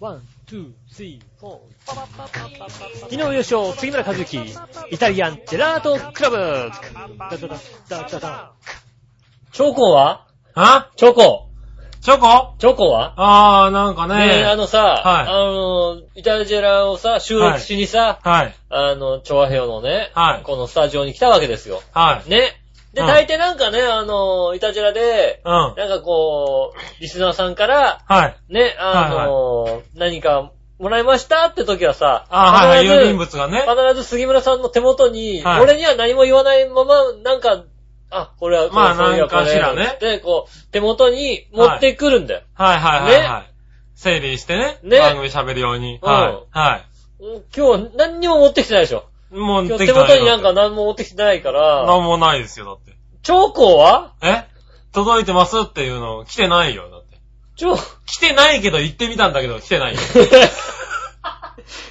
ワン、ツー、スリー、フォー。昨日優勝、杉村和之、イタリアンジェラートクラブ。ダダダダダダチョコはあチョコ。チョコチョコはああ、なんかねえ、あね。のさ、あの、イタジェラをさ、収録しにさ、はい。あの、調和表のね、はいこのスタジオに来たわけですよ。はい。ね。で、うん大抵なんかね、あの、イタジェラで、うん。はなんかこう、リスナーさんから、い。ね、あの、何かもらいましたって時はさ、ああ、はいはい。必ず郵便物がね。必ず杉村さんの手元に、はい俺には何も言わないまま、なんか、あ、これは、まあこうそういえばなんかしらねこれつってこう、手元に持ってくるんだよ。はいはいはいはい。整理してね。ね番組喋るように。うんはい。はうん今日何にも持ってきてないでしょ。い。もう今日で手きた元になんかな何も持ってきてないかなら、んもないですよ、だって。チョコはえ届いてますっていうの来てないよ、だって。チョ、来てないけど行ってみたんだけど来てないよ。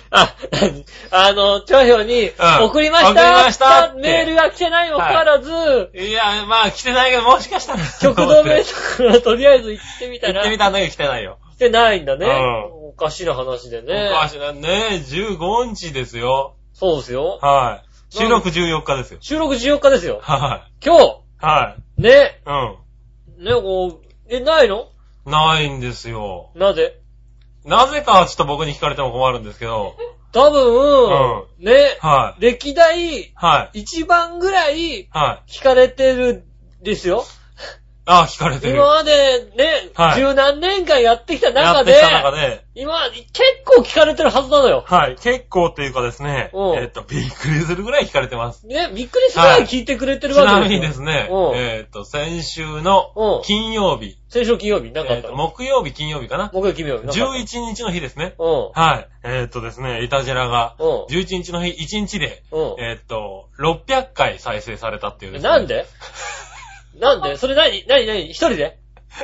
あ、何 あの、長表に、うん送りました送りましたってメールが来てないにもかかわらず、 いや、まあ来てないけどもしか したら。極道名とからとりあえず行ってみた行ら、ってみ来たんだけど来てない よ。てないんだね。うおかしな話でおね。かしな、ねえ、15日ですよ。そうですよ。はい。収録14日ですよ。収録14日ですよ。は今日、い。はい。ね、うん。ね、こう、え、ないのないんですよ。なぜなぜかはちょっと僕に聞かれても困るんです けど。多分、ね、はい。歴代はい。一番ぐらいはい。聞かれてるですよ。ああ、聞かれてる。今までね、はい十何年間やってきたや中ってで、きた中で。今、結構聞かれてるはずなのよ。はい。結構というかですね。うんえっと、びっくりするぐらい聞かれてます。ね、びっくりするぐらい聞いてくれてちるわけなみにですよね、うんえっと、先週のうん金曜日、先週金曜日、なんかあえっったと、の木曜日、金曜日かな。木曜金曜日、なんかあった。 11日の日ですね。うん。はい。えっとですね、イタジェラが、う11日の日、1日で、ん。うん。えっと、600回再生されたっていうえすねなんでなんでそれ何何何一人で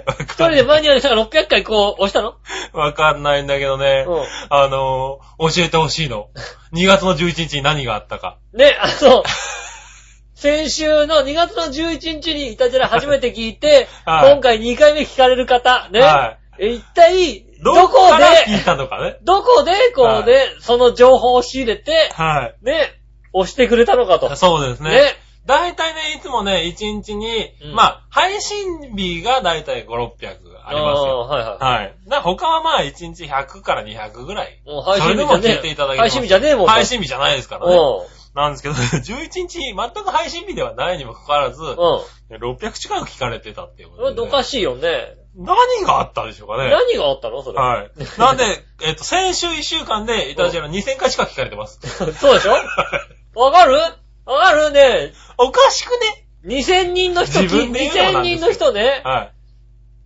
わ一人かんでマニュアルしたら600回こう押したのわかんないんだけどねうん。あのー、教えてほしいの。2月の11日に何があったか。ね、あの、先週の2月の11日にイタジェラ初めて聞いて、はい今回2回目聞かれる方、ね、はえ一体、どどここから聞いで、たのかね。どこで、こうね、その情報を仕入れて、はい。ね、押してくれたのかと。そうですねね。だいたいね、いつもね、1日にう、んまあ、配信日がだいたい5、600ありますあよ。ーはいはい。はい。だから他はまあ、1日100から200ぐらい。もうそれでもじゃね聞いていただけ配信日じゃねえもん。配信日じゃないですからね。うなんですけど、11日、 全く配信日ではないにもかかわらず、ん。うん。 600近く聞かれてたっていうこそれはとでおね、かしいよね。何があったでしょうかね。何があったのそれ。はい。なんで、えっと、先週1週間で、イタジェラ2000回しか聞かれてます。 そうで しょわかるわかるね。おかしくね2000人の人、自分で言うのもな2000んで人すけの人どね。は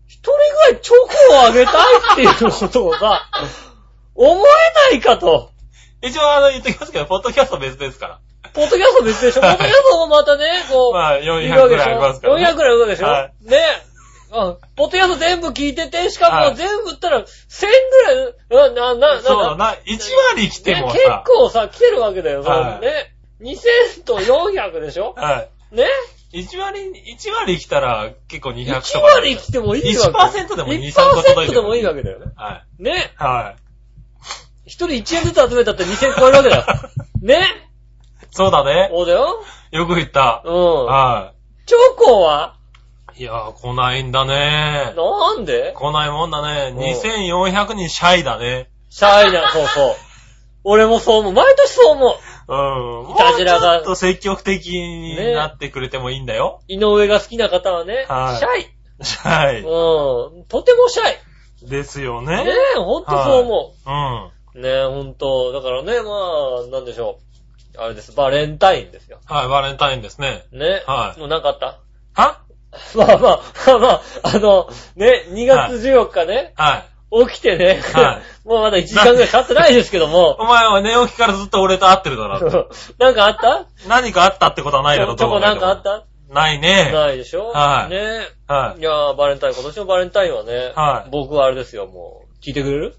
一人ぐらいチョコをあげたいっていうことをさ、思えないかと。い。一応、あの、言っときますけど、ポッドキャストは別ですから。ポッドキャスト別でしょポッドキャストもまたね、こう、まあ、いるわ400けぐでらしいありょますから、ね。 400ぐらいいるわけでしょ、はねうん。ポッドキャスト全部聞いてて、しかはもい全部ったら、1000ぐらい、な、な、な、そうだな。1割来てねも、結さ。構さ、来てるわけだよ、はいね。2000と400でしょはい。ね1割、1割来たら、結構 ?1 200とか。割来てもいいわけ。 1%でも2、3個届い1%てでもいいわけだよね。はい。ねはい。一人1円ずつ集めたって2000超えるわけ だよ。ねそうだね。そうだよ。よく言った。うん。は。チョコはいいやー、来ないんだね。なんで来ないもんだうんね。2400人シャイだね。シャイな、そうそう。俺もそう思う。毎年そう思う。うん。もいたうじちらがょっと積極的になってくれてもいいんだよ。井上が好きな方はね、はいシャイ。シャイ。うん。とてもシャイ。ですよねね。え、ほんとそう思う。うん。ねえ、ほんと。だからね、まあ、なんでしょう。あれです。バレンタインですよ。はい、バレンタインですね。ね。はいもうなかった。 はまあまあ、まあまあ、あの、ね、2月14日ね、はい。起きてね、は もうまだ1時間ぐらい経ってないですけども、お前は寝起きからずっと俺と会ってるだろ。なんかあった何かあったってことはないだろ、チョコどう考えなてんもかあったないね。ないでしょはいねはいやー、バレンタイン、今年のバレンタインはね、はい僕はあれですよ、もう。聞いてくれるい。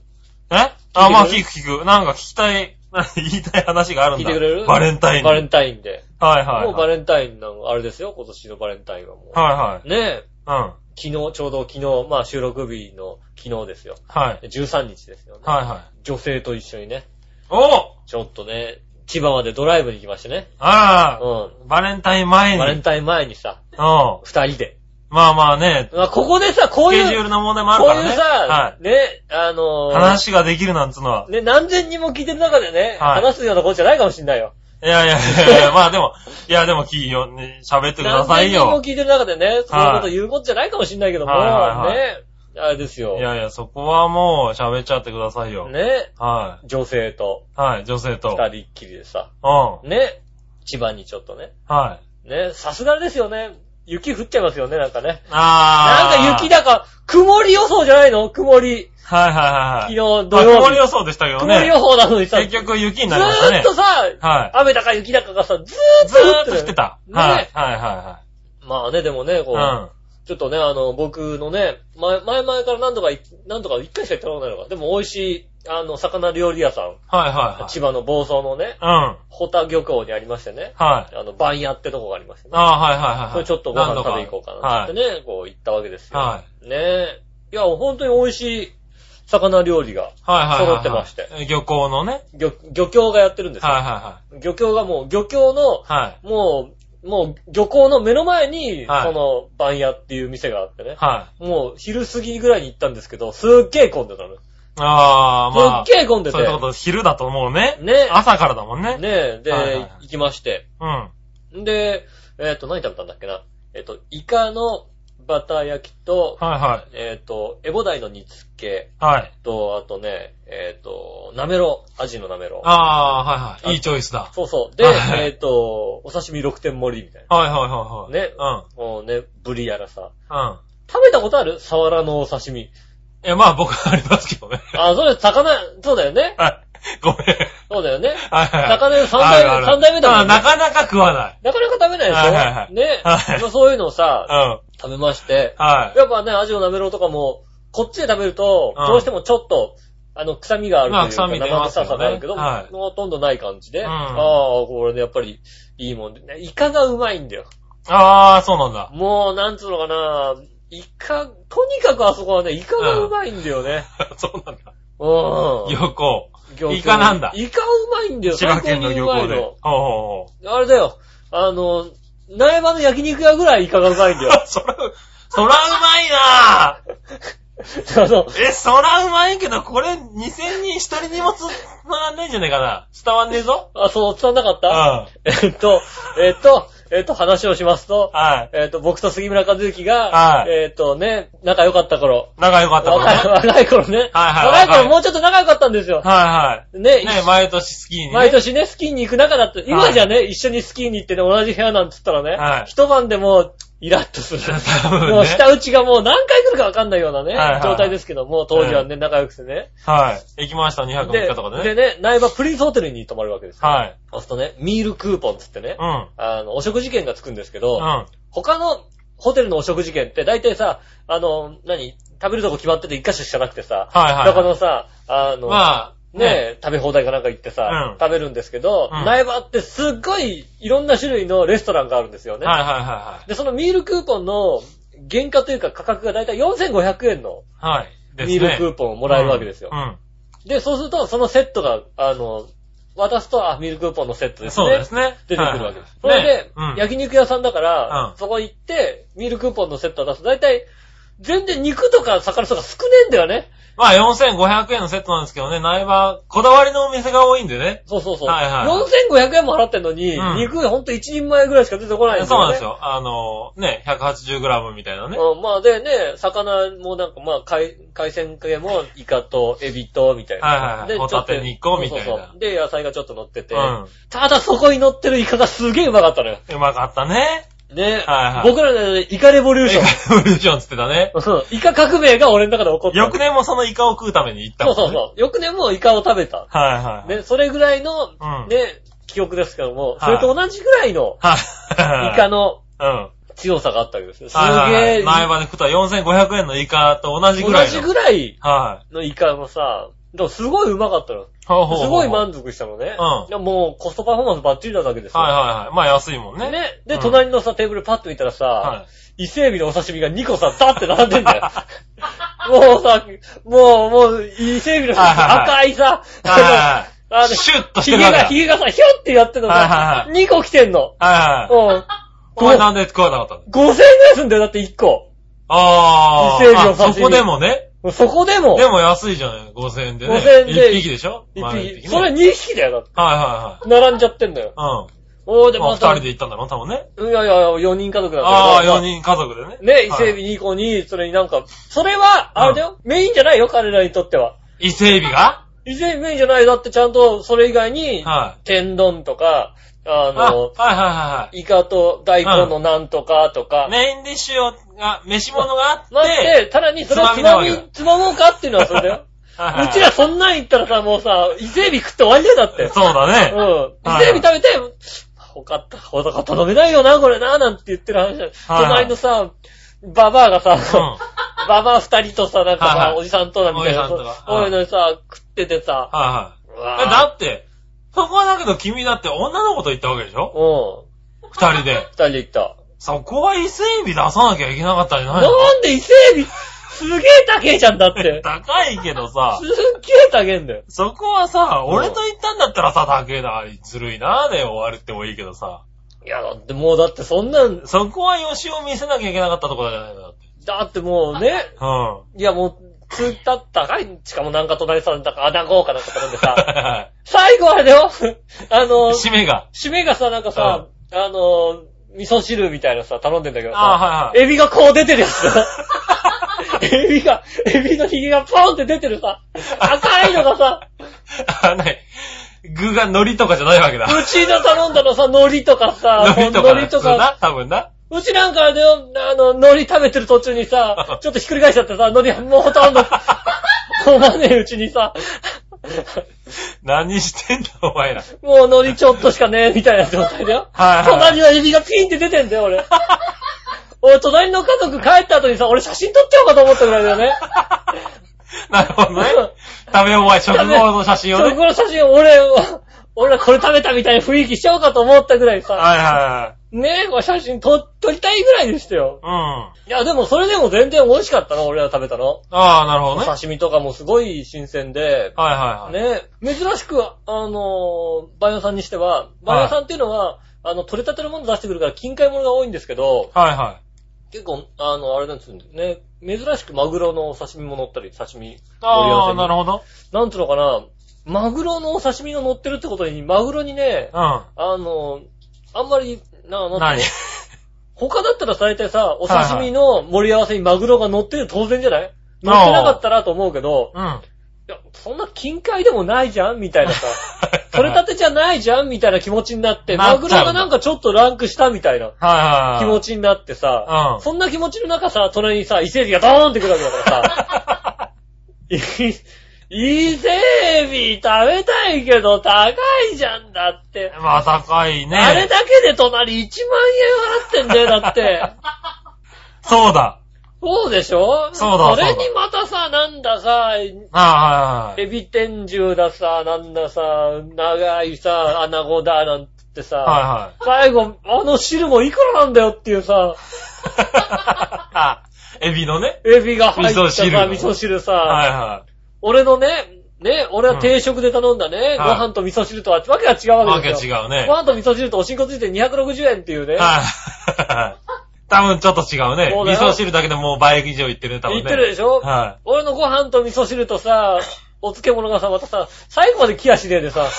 えあ、まあ聞い聞く聞く。なんか聞きたい、 言いたい話があるん聞いだ。てくれるバレンタイン。バレンタインで。はいはい。もうバレンレンタインなの、あれですよ、今年のバレンタインはもう。はいはい。ねえ。うん。は昨日、ちょうど昨日、まあ収録日の昨日ですよ。い。はい13日ですよね。はい。女性と一緒にね、おちょっとね、千葉までドライブに行きましてね。あうん。あバレンタイン前に。バレうんン。タイン前にさ、ま二人で。あまあね、まあ、ここでさ、こスうケジいューう、ルの問題もあるこかうらいうね。さ、ね、あのはい。ー話ができるなんつうのは。ね、何千人も聞いてる中でね、はい話すようなことじゃないかもしんないよ。いやいやいやいや、まあでも、いやでも聞いよ、ね喋ってくだ何さ千い人もよ。聞いてる中でね、そういうこと言うことじゃないかもしんないけども、ねはいはいはい、あれですよい。やいや、そこはもう喋っちゃってくださいよ。ね、は女性とい。はい、女性と。二人っきりでさ、うん。ね、千葉にちょっとね、はい。ね、さすがですよね。雪降っちゃいますよね、なんかね。あー。なんか雪。だか、曇り予想じゃないの曇り。はいはいは昨日い土はい。曜日。まあ、曇り予想でしたけど曇りね。予報なのにさ、結ず局雪になりましたーねっと。さ、は雨だか雪だかがさ、ずい。ずーーっっとと降っ降っててた。た。ねはい。はいはまあね、でもね、こ、いうはい。ちょっとね、あの、僕のね、前、前々から何度か行き、何度か一回しか行ったことないのか。でも美味しい、あの、魚料理屋さん、うん。はいは千葉の房総のね、いはい。うん。ホタ漁港にありましてね、はい。あの、番屋ってとこがありましてね。ああ、はいはいはいはい。それちょっとご飯何度食べ行こうかなってはね、こう行ったわけですい。よ。はい。ねえ。いや、本当に美味しい魚料理が、はいはいはいはい。揃ってましてえ。漁港のね。漁、漁協がやってるんですよ。はいは漁協がもう、漁協の、いはい。もう、もう漁港の目の前に、はいその、番屋っていう店があってね。はい。はい。もう、昼過ぎぐらいに行ったんですけど、すっげえ混んでたの。ああ、まあ。すっげえ混んでて。そういうこと、昼だと思うね。ね朝からだもんね。ねえ、で、はいはい行きまして。うん。んで、えっ、と、何食べたんだっけな。えっ、と、イカのバター焼きと、はいはえっ、と、エボダイの煮付けい。はい。と、あとね、えっ、と、なめろ、アジのなめろ。ああー、はいはい。いいチョイスだ。そうそう。で、はいえっ、と、お刺身6点盛りみたいな。はいはいはいはい。ねうん。もうね、ブリやらさ。うん。食べたことあるサワラのお刺身。いや、まあ僕はありますけどね。あ、それ、魚、そうだよね。はい。ごめん。そうだよね。はいはい。魚で三代目あるあ三る代目だもんねなかなか食わない。なかなか食べないでしょ、はいはいはいね、はいまあそういうのをうさ、ん。食べまして、はい。やっぱね、アジのなめろうとかも、こっちで食べると、うんどうしてもちょっと、あの、臭みがあるというか、まあ臭み出生ます臭よねさがあるけど、はいほとんどない感じで、うんああ、これね、やっぱり、いいもんで、ね、イカがうまいんだよ。ああ、そうなんだ。 もう、なんつうのかな、イカ、とにかくあそこはね、イカがうまいんだよね。そうなんだ。うん。漁港。漁協イカなんだイカうまいんだよ、千葉県の漁港最高にうまで。いほうほうほう。あれだよ、あの、苗場の焼肉屋ぐらいイカがうまいんだ よ。そら、そらうまいなぁ。あの、え、そらうまいけど、これ2000人一人にもつまんねえんじゃねえかな。伝わんねえぞ。あ、そう、伝わんなかっうん。たはえっと、えっと、えっと、話をしますと、い。えっと、僕と杉村和之がは、いえっとね、仲良かった頃、仲良かったもんね。若いはい若い頃ね、はいはい若い若頃いもうちょっと仲良かったんですよ。はねい。ね、毎年スキーにね。毎年ね、スキーに行く仲だった。今じゃね、一緒にスキーに行ってね、同じ部屋なんつったらね、はい一晩でもう、イラッとす る。多分ねもう、下打ちがもう何回来るかわかんないようなね、はいはい状態ですけども、当時はね、仲良くてね。はい。行きました、2泊3で日とかでね。でね、苗場プリンスホテルに泊まるわけですよ。はい。そうするとね、ミールクーポンつってね、うん。あの、お食事券がつくんですけうど、ん。他のホテルのお食事券って大体さ、あの、何食べるとこ決まってて一箇所しかなくてさ、はいはいどこのさ、あの、まあ、ね食べ放題かなんか行ってさ、うん食べるんですけど、うん苗場ってすっごいいろんな種類のレストランがあるんですよね。はいはいはで、そのミールクーポンの原価というか価格が大体4500円のいはい。はい。ですね。ミールクーポンをもらえるわけですよ。うん。うんで、そうするとそのセットが、あの、渡すと、あ、ミールクーポンのセットですね。そうですね。出てくるわけです。はいはいそれで、ねうん焼肉屋さんだから、うんそこ行って、ミールクーポンのセットを出すと、大体、全然肉とか魚とか少ねえんだよね。まあ4500円のセットなんですけどね、苗場、こだわりのお店が多いんでね。そうそうそう。はいはい4500円も払ってんのに、うん肉ほんと1人前ぐらいしか出てこないんだよね。そうなんです。よ。あの、ね、180g みたいなね。うん、まあでね、魚もなんかまあ海海鮮系もイカとエビとみたいな。はいはいはいでホタちテょっと2個みたいなそうそうそうで、野菜がちょっと乗ってて、うただそこに乗ってるイカがすげえうまかったのよ。ん。うまかったね。ね、はいはい僕らの中でイカレボリューイション。カ エボリューションつってたね。 うんイカ革命が俺の中で起こった。翌年もそのイカを食うために行ったそもうんね。そうそう。よくね、もうイカを食べた。はいはい。ね、それぐらいの、うんね、記憶ですけども、いそれと同じぐらいのはい。イカのうん。強さがあったわけですよ。すげはいはいはえい、前まで食った4500円のイカと同じぐ同らいの。じぐらいはのイカのさ、だからすごいうまかったの。すほうほうほうごい満足したのね。うんいやもうコストパフォーマンスバッチリなだけですよ。はいはいはい。まあ安いもんね。ね。で、うん隣のさ、テーブルパッと見たらさ、は伊勢海老のお刺身が2個さ、ダって並んでんだよ。もうさ、もう、もう、伊勢海老のはいはいはい赤いさ、い。はいは あいはい。シュッとしてひるげわけが、だ。ひげがさ、ひょってやってんのはいはいさは、 2個来てんの。はいはい。うん。 お前なんで食わなかったの5000円ぐらいすんだよ、だって1個。あ伊勢海老あ。の刺身あそこでもね。もうそこでも、でも安いじゃない。5000円でね。 5000円で1匹でしょ一丸匹ねそれはい2匹だよ、だって。は並んじゃってんだよ。いはい。おー、うでん。まあも二さ、人で行ったんだろう、多分ね。いやいや、4人家族なんだああ、四4人家族でね。ね、伊はい勢海老2個に、それになんか、それは、あれだよ、メインじゃないよ、彼らにとっては。伊勢海老が伊勢海老メインじゃないよだってちゃんと、それ以外に、はい。天丼とか、ああ、の、はいはいはいイカと大根のなんとかとかはい。、メインディッシュをが、飯物があって、なって、さらにそれをつつまみなまわけだみ、つまもうかっていうのはそれだよ。 はいはいうちらそんなん言ったらさ、もうさ、伊勢海老食って終わりだよ、だって。そうだね。うん。伊勢海老食べて、他、他頼めないよな、これな、なんて言ってる話だよ。はい隣のさ、ババアがうさ、ん。ババア二人とさ、なんかはいさは、いおじさんとだみたいな。おじさんとかそういうのにさ、食っててさ、はういわはい。ぁだって、そこはだけど君だって女の子と行ったわけでしょうん。二人で。二人で行った。そこは伊勢海老出さなきゃいけなかったんじゃないのなんで伊勢海老、すげえ高えじゃんだって。高いけどさす、っげえ高えんだよ。そこはさ、うん俺と行ったんだったらさ、高えな、ずるいな、で終わるってもいいけどさ、いや、だってもうだってそんなん、そこはよしを見せなきゃいけなかったところじゃないのだって。だってもうね、うん。はいやもう、つったったかい、しかもなんか隣さんだか、穴子かなんか頼んで さ、は最後あれだよ あいの、締めが。 締めがさ、なんかさ、あの、味噌汁みたいなさ、頼んでんだけどさ、あーはいはいエビがこう出てるやつだ。 エビが、エビのひげがポンって出てるさ、赤いのが さ、あ、ない。具が海苔とかじゃないわけだ。うちの頼んだのさ、海苔とかさ、海苔と海かだ苔よ。そうだ、多分な。うちなんかあれだよ、あの、海苔食べてる途中に さ、ちょっとひっくり返しちゃってさ、海苔もうほとんど、ほまねえうちにさ、何してんだ、お前 ら。もう海苔ちょっとしかねえみたいな状態だよ。はいはい隣のエビがピンって出てんだよ、 俺。俺、隣の家族帰った後にさ、俺写真撮っちゃおうかと思ったぐらいだよ ね。なるほどね。食べ終わり、食後の写真を食ね。後の写真、俺、俺これ食べたみたいな雰囲気しちゃおうかと思ったぐらいさ、はいはねえ、これ写真撮、撮りたいぐらいでしたよ。いはい。ういん。や、でもそれでも全然美味しかったの、俺ら食べたの。ああ、なるほおどね。刺身とかもすごい新鮮で、はいはいはい。ね、珍しく、あのー、バイオさんにしては、バイオさんっていうのは、あの、取れたてのもの出してくるから近海ものが多いんですけど、はいはい。結構、あの、あれなんですよね、珍しくマグロのお刺身も乗ったり、刺身、ああ、盛り合わせになるほど。なんつうのかな、マグロのお刺身が乗ってるってことに、マグロにね、うん。あの、あんまり、な、なん何ていうの他だったら大体さ、お刺身の盛り合わせにマグロが乗ってる当然じゃない乗ってなかったらと思うけど、うん。いや、そんな近海でもないじゃんみたいな さ。取れたてじゃないじゃんみたいな気持ちになって、なマっちゃうグんロだがなんかちょっとランクしたみたいなはいはいはい。気持ちになってさう、んそんな気持ちの中さ、隣にさ、伊勢海老がドーンってくるわけだ からさ、伊勢海老食べたいけど高いじゃんだって。まあ、高いね。あれだけで隣1万円払ってんだよ、だって。 そうだ。そうでしょそうだそれそうにまたさ、なんださ、ああ、はいはいはい。エビ天獣ださ、なんださ、長いさ、アナゴだ、なんつってさ、は最後、あの汁もいくらなんだよっていうさ、いはい。あ、エビのね。エビが入ったさ、味噌味汁噌汁さ、はいは俺のね、ね、俺は定食で頼んだね、んご飯と味噌汁とは、わけが違うい。わわけけです違よ。うね。ごは飯いと味噌汁とおしんこついて260円っていうね、はいはい。 多分ちょっと違うねそう。だ味よ噌汁だけでもう倍以上いってるね、多分言ね。ってるでしょ、は俺のご飯と味噌汁とさ、お漬物がさ、またさ、最後まで気足ででさ、い。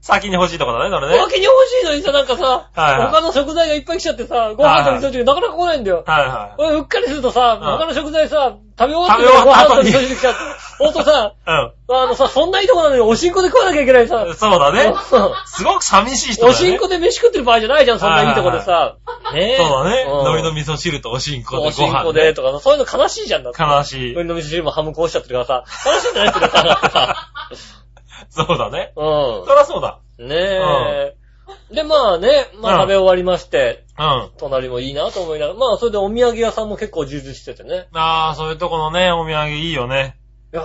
先に欲しいとこだね、それね。おまけに美味しいのにさ、なんかさ、はいはい他の食材がいっぱい来ちゃってさ、ご飯と味噌汁なかなか来ないんだよ。はいは俺うっかりするとさ、ん他の食材さ、食べ終わってからご食べ終わ飯ったと後味に噌汁来ちゃって、ほんとさ、 い。あのさ、そんないいとこなのにおしんこで食わなきゃいけないさう。ん。そうだね。そうすごく寂しい人だおね。しんこで飯食ってる場合じゃないじゃん、そんないいとこでさ。ねえそうだね。うん海苔の味噌汁とおしんこでおしごんこ飯でね。とかさ、そういうの悲しいじゃんだって。悲しい海。苔の味噌汁もハムこうしちゃってるからさ、悲しいんじゃないってさ、だってさ。 そうだね。そりうゃそうだ。ん。ねえ。で、まあね、まあうん食べ終わりまして、うん。あ隣もいいなと思いながら、まあそれでお土産屋さんも結構充実しててね。あ、そういうとこのね、お土産いいよね。や、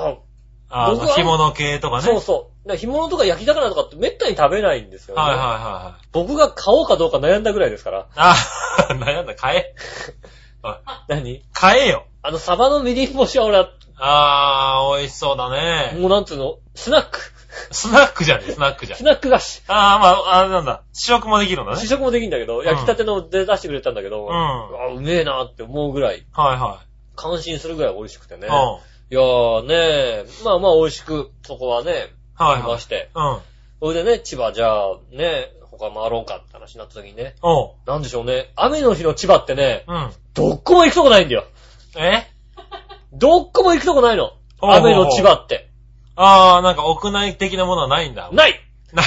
あの、僕は干物系とかね。そうそう。だから干物とか焼き魚とかってめったに食べないんですよね。はいはいはいはい。僕が買おうかどうか悩んだぐらいですから。あ、 悩んだ、買え。何買えよ。あの、サバのみりん干しは俺は、あー、美味しそうだね。もうなんつうの、スナック。 スナックじゃねスナックじゃんス。ナック菓子。あー、まあ、あれなんだ。試食もできるんだね試。食もできんだけど、ん焼きたてので出してくれたんだけど、うんあうめえなって思うぐらい、はいは感心するぐらい美味しくてね。い。うん。はいやーねえ、まあまあ美味しく、そこはね、は行きまい。して。うん。それでね、千葉じゃあね、他回ろうかって話になった時にね、おう。なんでしょうね、雨の日の千葉ってね、うん。どっこも行くとこないんだよ。えどっこも行くとこないの。おうおうおう雨の千葉って。あー、なんか屋内的なものはないんだ。ないない。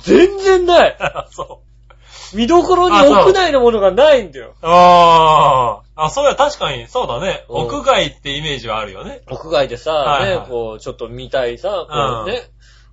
全然ない そう。見どころにあそう屋内のものがないんだよ。あー。あ、そうや、確かに、そうだね。うん屋外ってイメージはあるよね。屋外でさ、はいはいね、こう、ちょっと見たいさ、こうんうね。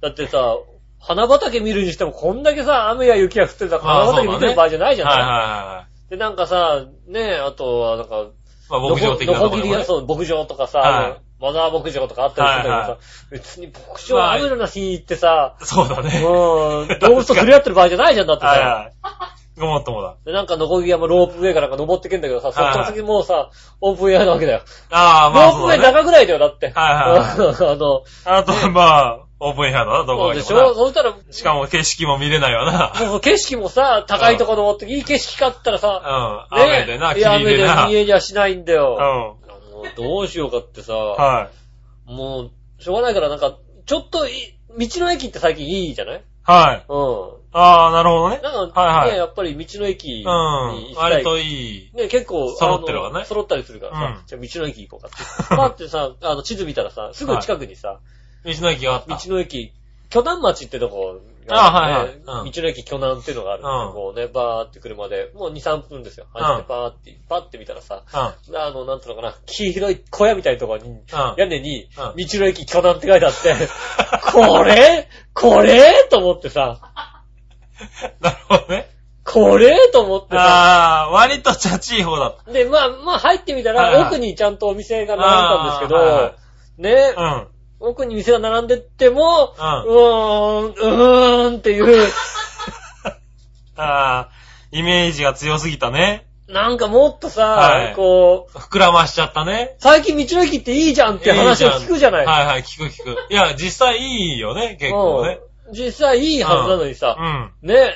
だってさ、花畑見るにしてもこんだけさ、雨や雪が降ってたから花畑見てる場合じゃないじはゃいはいないはで、なんかさ、ね、あとはなんか、いはい。まあ、牧場的なノとコこギろリがそう、牧場とかさ、はいあのマザー牧場とかあったりするんだけどさ、はいは別に牧場雨の日に行ってさ、そうだうん、ね。動物と触れ合ってる場合じゃないじゃん、だってはいさ。はい。ごもっともだ。で、なんか、ノコギリ山ロープウェイかなんか登ってけんだけどさ、そっはいから先もうさ、オープンエアなわけだよ。あー、まあ、ロープそウうェイだね。中ぐらいだよ、だって。はい。い あの、あと、まあ、オープンエアだな、どこそうがいでいしょかそしたら、な。しかも景色も見れないよな。もう景色もさ、高いとこ登って、いい景色買ったらさ、うん。雨でな、いや雨霧ででな。見えりゃしないんだうよ。ん。あのどうしようかってさ、はい。もう、しょうがないからなんか、ちょっとい、道の駅って最近いいじゃないはい。うああ、なるほどねん。。なんはか、いはね、いやっぱり道の駅にう行ん。きたい割。といい。ね、結構、揃ってるわねあの揃ったりするからうさん、じゃあ道の駅行こうかって。 パってさ、あの、地図見たらさ、すぐ近くにさ、道の駅があっ道た。の駅、巨南町ってとこがあるんであはいはいうん道の駅巨南っていうのがあるんだうんけどこうね、バーって車で、もう2、3分ですよ。うん走ってバーって、バーって見たらさ、うん。あの、なんつうのかな、黄色い小屋みたいなところに、う屋根に、う道んの駅巨南って書いてあ って、これこれと思ってさ、ん。なるほどね。これと思ってさ、ああ、割とチャチい方だっで、まあ、まあ入ってみたはいはいら、奥にちゃんとお店が並んでたんあーはいではすけど、ね、た。うん。奥に店が並んでっても、ううーん、んうーんっていう、ああ、イメージが強すぎたね。なんかもっとはさい、こう、膨らましちゃったね。最近道の駅っていいじゃんって話を聞くじゃない。はいはい、聞く聞く。いや、実際いいよね、結構ね。うん実際いいはずなのにうさ、ん。ね、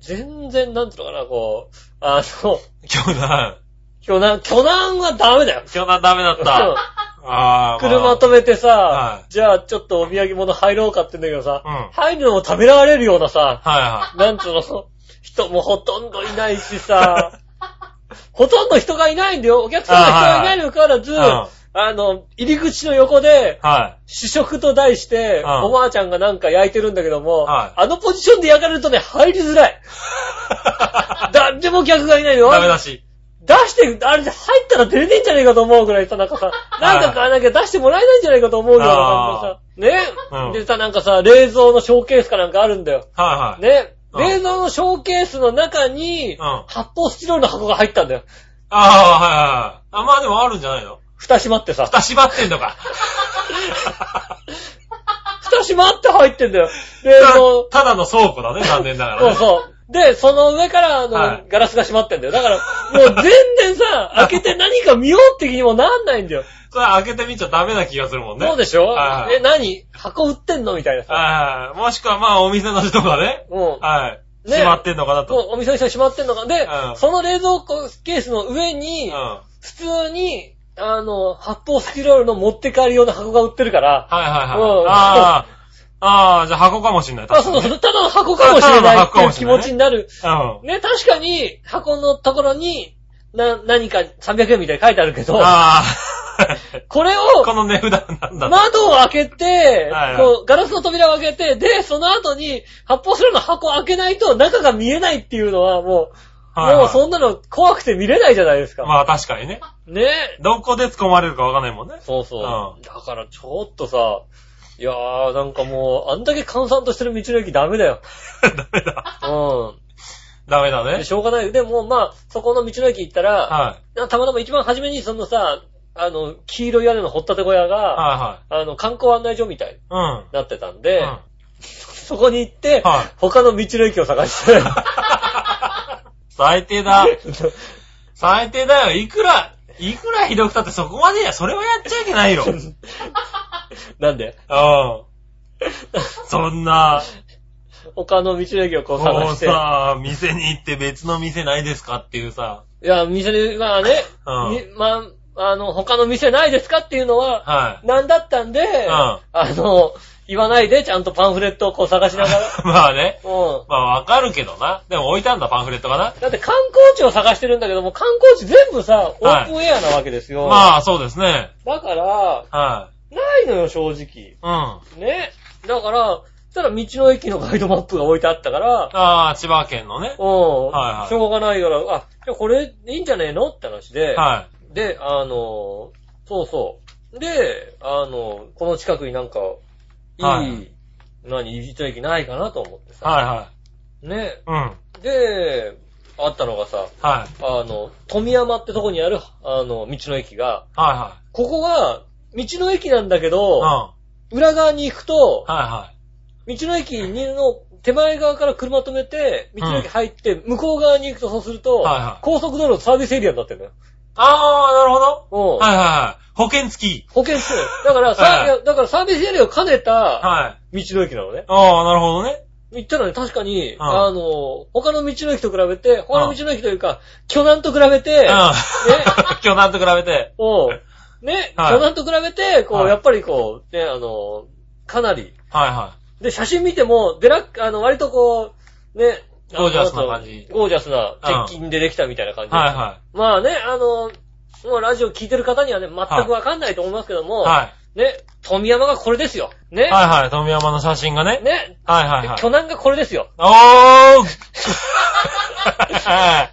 全然、なんていうのかな、こう、あの、巨南。巨難、巨難はダメだよ。巨南ダメだった。 ああ、車と。止めてさ、はじゃあちょっとお土産物入ろうかってんだけどさ、うん入るのも食べられるようなさ、はいはなんつうの、人もほとんどいないしさ、 ほとんど人がいないんだよ。お客さんが人がいないにもかかわらず、い。うん。あの、入り口の横で、はい。主食と題して、うんおばあちゃんがなんか焼いてるんだけども、はいあのポジションで焼かれるとね、入りづら い。誰も客がいないの。ダメだし。出して、あれで入ったら出れねえんじゃねえかと思うぐらいさ、なんかさ、なんか買わなきゃ出してもらえないんじゃないかと思うような感じでさ、うんね。でさ、なんかさ、冷蔵のショーケースかなんかあるんだよ。はいはい。ね。うん冷蔵のショーケースの中にうん、あ発泡スチロールの箱が入ったんだよ。あ、はいはいはい。あ、まあでもあるんじゃないの蓋閉まってさ。蓋縛ってんのか。蓋閉まって入ってんだ よ。冷蔵。そただの倉庫だね、残念ながらうね。そう。で、その上から、あの、はいガラスが閉まってんだよ。だから、もう全然 さ、開けて何か見ようって気にもなんないんだよ。それ開けてみちゃダメな気がするもんね。そうでしょはいえ、何箱売ってんのみたいなさ。はいはい。もしくはまあお店の人がね。うん。はい。ね閉まってんのかなもと。うお店の人にしまってんのか。で、うんその冷蔵庫ケースの上うん。に、はい普通に、あの、発泡スチロールの持って帰り用の箱が売ってるから、はいはい。うんああ、ああ、じゃあ箱かもしんない。あ、そうそう、ただの箱かもしれないっていう気持ちになる。うん。あね、確かに、箱のところに、な、何か300円みたいに書いてあるけど、あ。これを、この値札なんだ。窓を開けてはいはい、こう、ガラスの扉を開けて、で、その後に、発泡スチロールの箱を開けないと中が見えないっていうのは、もう、はいはいもうそんなの怖くて見れないじゃないですか。まあ確かにね。ねどこで突っ込まれるかわかんないもんね。そうそう。だからちょっとさ、いやー、なんかもう、あんだけ閑散としてる道の駅ダメだよ。ダメだ。うダメだん。でね。しょうがない。でもまあ、そこの道の駅行ったら、はなたまたま一番初めにそのさ、あの、黄色い屋根の掘ったて小屋が、はあの、観光案内所みたいにいはい。なってたんうん。で、うんそこに行って、はい他の道の駅を探して、 最低だ。最低だよ。いくら、いくらひどくたってそこまでや、それはやっちゃいけない よ。うん。なんで、そんな、他の道の駅をこうも探うして、さ、店に行って別の店ないですかっていうさ。いや、店に、まあね、うんみまあ、あの、他の店ないですかっていうのは、はなんだったんで、んあの、言わないで、ちゃんとパンフレットをこう探しな がら、い。まあね。うん。まあわかるけどな。でも置いたんだ、パンフレットかな。だって観光地を探してるんだけども、観光地全部さ、オープンエアなわけですよ。まあ、そうですね。だから、はないのよ、正直い。。うん。あね。だから、ただ道の駅のガイドマップが置いてあったから、あ、千葉県のねう。ん、はいはいしょうがないから、あ、じゃあこれいいんじゃねえのって話で、はで、あの、そうそう。で、あの、この近くになんか、いい、はい何、道の駅ないかなと思ってい。さ、はいはね。い。うん。で、あったのがさ、はい。あの、富山ってとこにある、あの、道の駅が、はここが、道の駅なんだけいはい。うん。ど、は裏側に行くとい、は道の駅の手前側から車止めて、道の駅入って、向こう側に行くと、そうするい。とはい、はい。高速道路のサービスエリアになってるのよ。ああ、なるほど。うん。はいはいはい。保険付き。保険室。だから、はいさ、だからサービスエリアを兼ねたはい。道の駅なのね。ああ、なるほどね。行ったらね、確かに、んあの、他の道の駅と比べて、他の道の駅というか、巨南と比べ て、うん。巨難と比べて。 おう。ね、はい巨南と比べて、こはう、いやっぱりこう、ね、あの、かなり。はいはで、写真見ても、デラッ、あの、割とこう、ね、あのゴージャスな感じゴージャスな鉄筋でできたみたいな感い。じ。はいはまあね、あの、もうラジオ聞いてる方にはね、全くわかんないと思いますけども、い。はね、富山がこれですよ。ね、い。はいはい。富山の写真がね。ね、はいはいはい巨。南がこれです よ。おー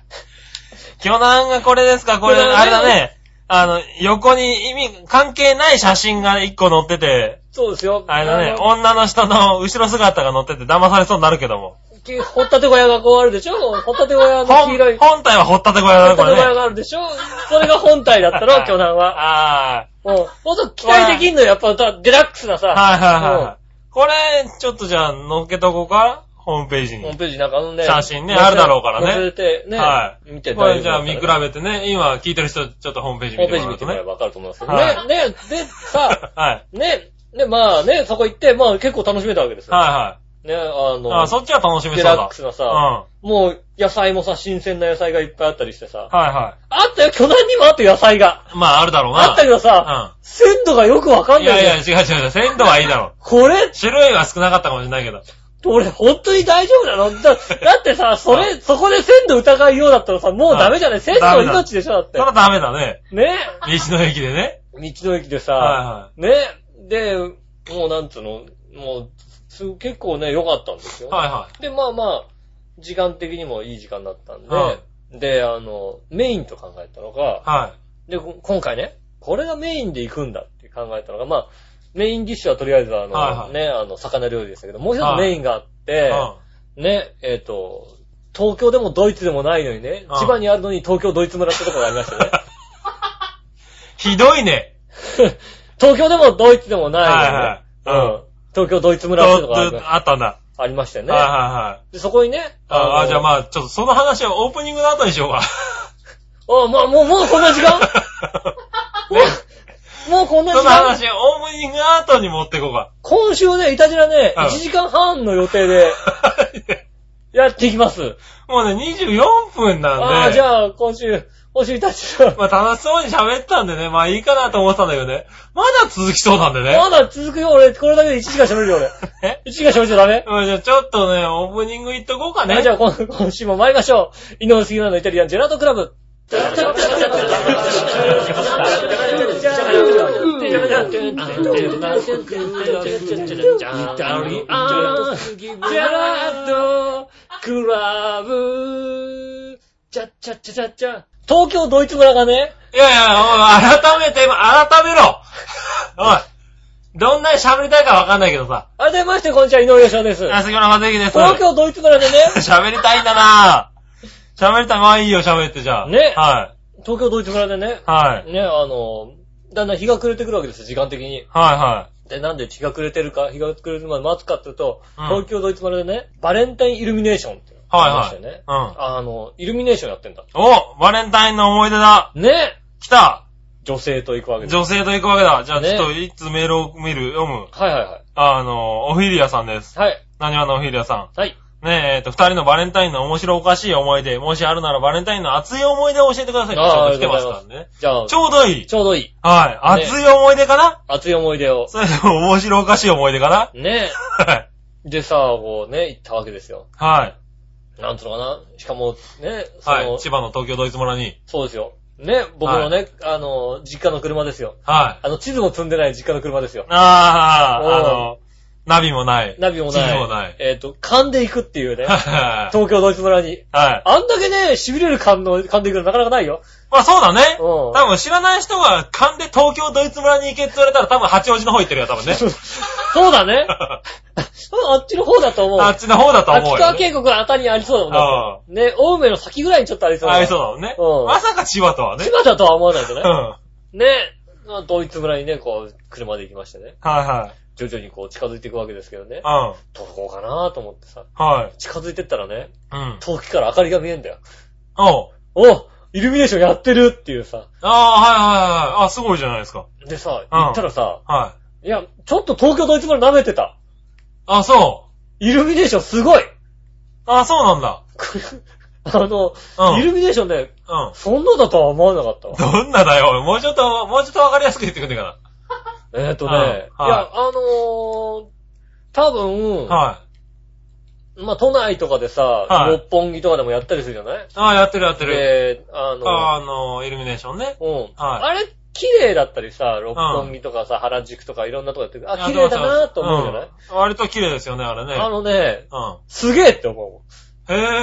巨難がこれですかこれ、巨難ねあれだね。あの、横に意味、関係ない写真が一個載ってて、そうですよ。あれだね、の女の人の後ろ姿が載ってて騙されそうになるけども。き掘ったて小屋がこうあるでしょ掘ったて小屋の黄本、色い。掘っ本体は掘ったて小屋だたて小ね、これ屋ね。があるでしょそれが本体だったろ、巨南は。ああ。うん。ほんと期待できんのよ、やっぱ、デラックスなさ、はいはいはいはい。これ、ちょっとじゃあ、乗っけとこうかホームページホームに。ページなんかのね。写真ね載せあるだろうからね載せてね。はい。見てこれじゃあ見べ比て。べてね、今聞いてる人、ちょっとホームページホー見ムページ見ててもらうともらねえ。ばわかると思いますけどねは。ね、で、さ、はい。ね、で、まあね、そこ行って、まあ結構楽しめたわけですよ。はね、あいはい。あ、の、そっちは楽しめそデうだ。ラうん。ックはいスなさ、もう野菜もさ、新鮮な野菜がいっぱいあったりしてさ。はあったよ、巨大にもあったよ野菜が。い。まあ、あるだろうな。あったけどさ、鮮度がよくわかうん。んいなやいいよや、。違う違う違う。鮮度はいいだろう。これ、種類は少なかったかもしれないけど。俺、本当に大丈夫なのだだって さ、それ、そこで鮮度疑いようだったらさ、もうダメじゃない鮮度の命でしょだっそてれ。はダメだね。ね道の駅でね。道の駅でさ、はねで、もうなんつうの、もう、す結構ね、良かったんですいよ。はい。はいはで、まあまあ、時間的にもいい時間だったんで、はで、あの、メインと考えたのがい。、はい。で、こ今回ね、これがメインで行くんだって考えたのが、まあ、メインディッシュはとりあえずあの、はいはいね、あの、魚料理でしたけど、もう一つはいメインがあって、ね、えっ、と、東京でもドイツでもないのにね、うん千葉にあるのに東京ドイツ村ってとこがありましたね。 ひどいね。東京でもドイツでもなはいいのにはいね。うん。東京ドイツち村ってょとこがありっまと、あったんだ。ありましたよはいはいね。はい。でそこにね、ああ、じゃああまあ、ちょっとその話はオープニングの後にしようか。の。あ、まあ、もう、もうこんな時 間もうもうこんなそ時の間話、オープニングの後に持ってこうか。 今週ね、いたじらね、うん1時間半の予定でやっていきます。もうね、24分なんで。ああ、じゃあ今週、今週いたじら、まあ楽しそうに喋ったんでね、まあいいかなと思ってたんだけどね。まだ続きそうなんでね。まだ続くよ、俺。これだけで1時間喋るよ、俺。え1時間喋っちゃダメまあじゃあちょっとね、オープニングいっとこうかね。じゃあ今今週も参りましょう。井上杉村のイタリアンジェラートクラブ。東京ドイツ村がね、いやいや、おい、改めて、改 めろおい、どんなに喋りたいかわかんないけどさ。改めましてこんにちは、井上芳雄です。あ、杉村和之です。東京ドイツ村でね、喋りたいんだなぁ。喋りたい。まあいいよ、喋ってじゃあ。ねは東京ドイツ村でねい。、はい。ね、あの、だんだん日が暮れてくるわけですよ、時間的に。はで、なんで日が暮れてるか、日が暮れるまで待つかっていうと、うん東京ドイツ丸でね、バレンタインイルミネーションっていうのはいがはいありましたよね。うんあの、イルミネーションやってんだ。いはい。おバレンタインの思い出だね来た女性と行くわけです。女性と行くわけだじゃあちょねっといつメールを見る、読む。はいはいはい。あの、オフィリアさんです。はい。何話のオフィリアさはい。ん。ねえ、えっと、二人のバレンタインの面白おかしい思い出、もしあるならバレンタインの熱い思い出を教えてください。あーちょっと来てますからね。じゃあ、ちょうどいい。ちょうどいい。はい。ね熱い思い出かな熱い思い出を。それとも面白おかしい思い出かな ねはい。でさ、こうね、行ったわけですよ。はい。なんつうのかなしかも、ね、その、はい。千葉の東京ドイツ村に。そうですよ。ね、僕のね、あの、実家の車ですよ。はい。あの、地図も積んでない実家の車ですよ。あおうあ、あの、ナビもない。ナビもない。地図もないえっ、と、勘で行くっていうね。はい。東京ドイツ村に。 はい。あんだけね、痺れる勘の、勘で行くのなかなかないよ。まあそうだね。う多ん分知らない人が勘で東京ドイツ村に行けって言われたら多分八王子の方行ってるよ、多分ね。 そうだね。あっちの方だと思う。あっちの方だと思う秋よ、ね。川渓谷のあたりにありそうだもんだってね、青梅の先ぐらいにちょっとありそうだありそうだもんね。うんまさか千葉とはね。千葉だとは思わないとねうん。。 はね、まあドイツ村にね、こう、車で行きましてね。いは徐々にこう、近づいていくわけですけどねい。う。ん。どこかなと思ってさ。はい。近づいてったらね、うん。遠くから明かりが見えんだよ。おうおイルミネーションやってるっていうさ。ああ、はいはいはい。あ、すごいじゃないですか。でさ、うん行ったらさ、はい。いや、ちょっと東京ドイツ村舐めてた。あ、そう。イルミネーションすごいあ、そうなんだ。 あの、うんイルミネーションね、うん。そんなだとは思わなかったわ。どんなだよ。もうちょっと、もうちょっとわかりやすく言ってくんねえかえっとね、い うんや、あのー、多分、な。はい。まあ、都内とかでさ、はい六本木とかでもやったりするじゃないああ、やってるやってる。で、あの、あの、イルミネーションね。うん。はいあれ、綺麗だったりさ、六本木とかさ、原宿とかいろんなとこやってるあ、あ綺麗だなと思うじゃない、うん割と綺麗ですよね、あれね。あのね、うすげえって思ん。へえ。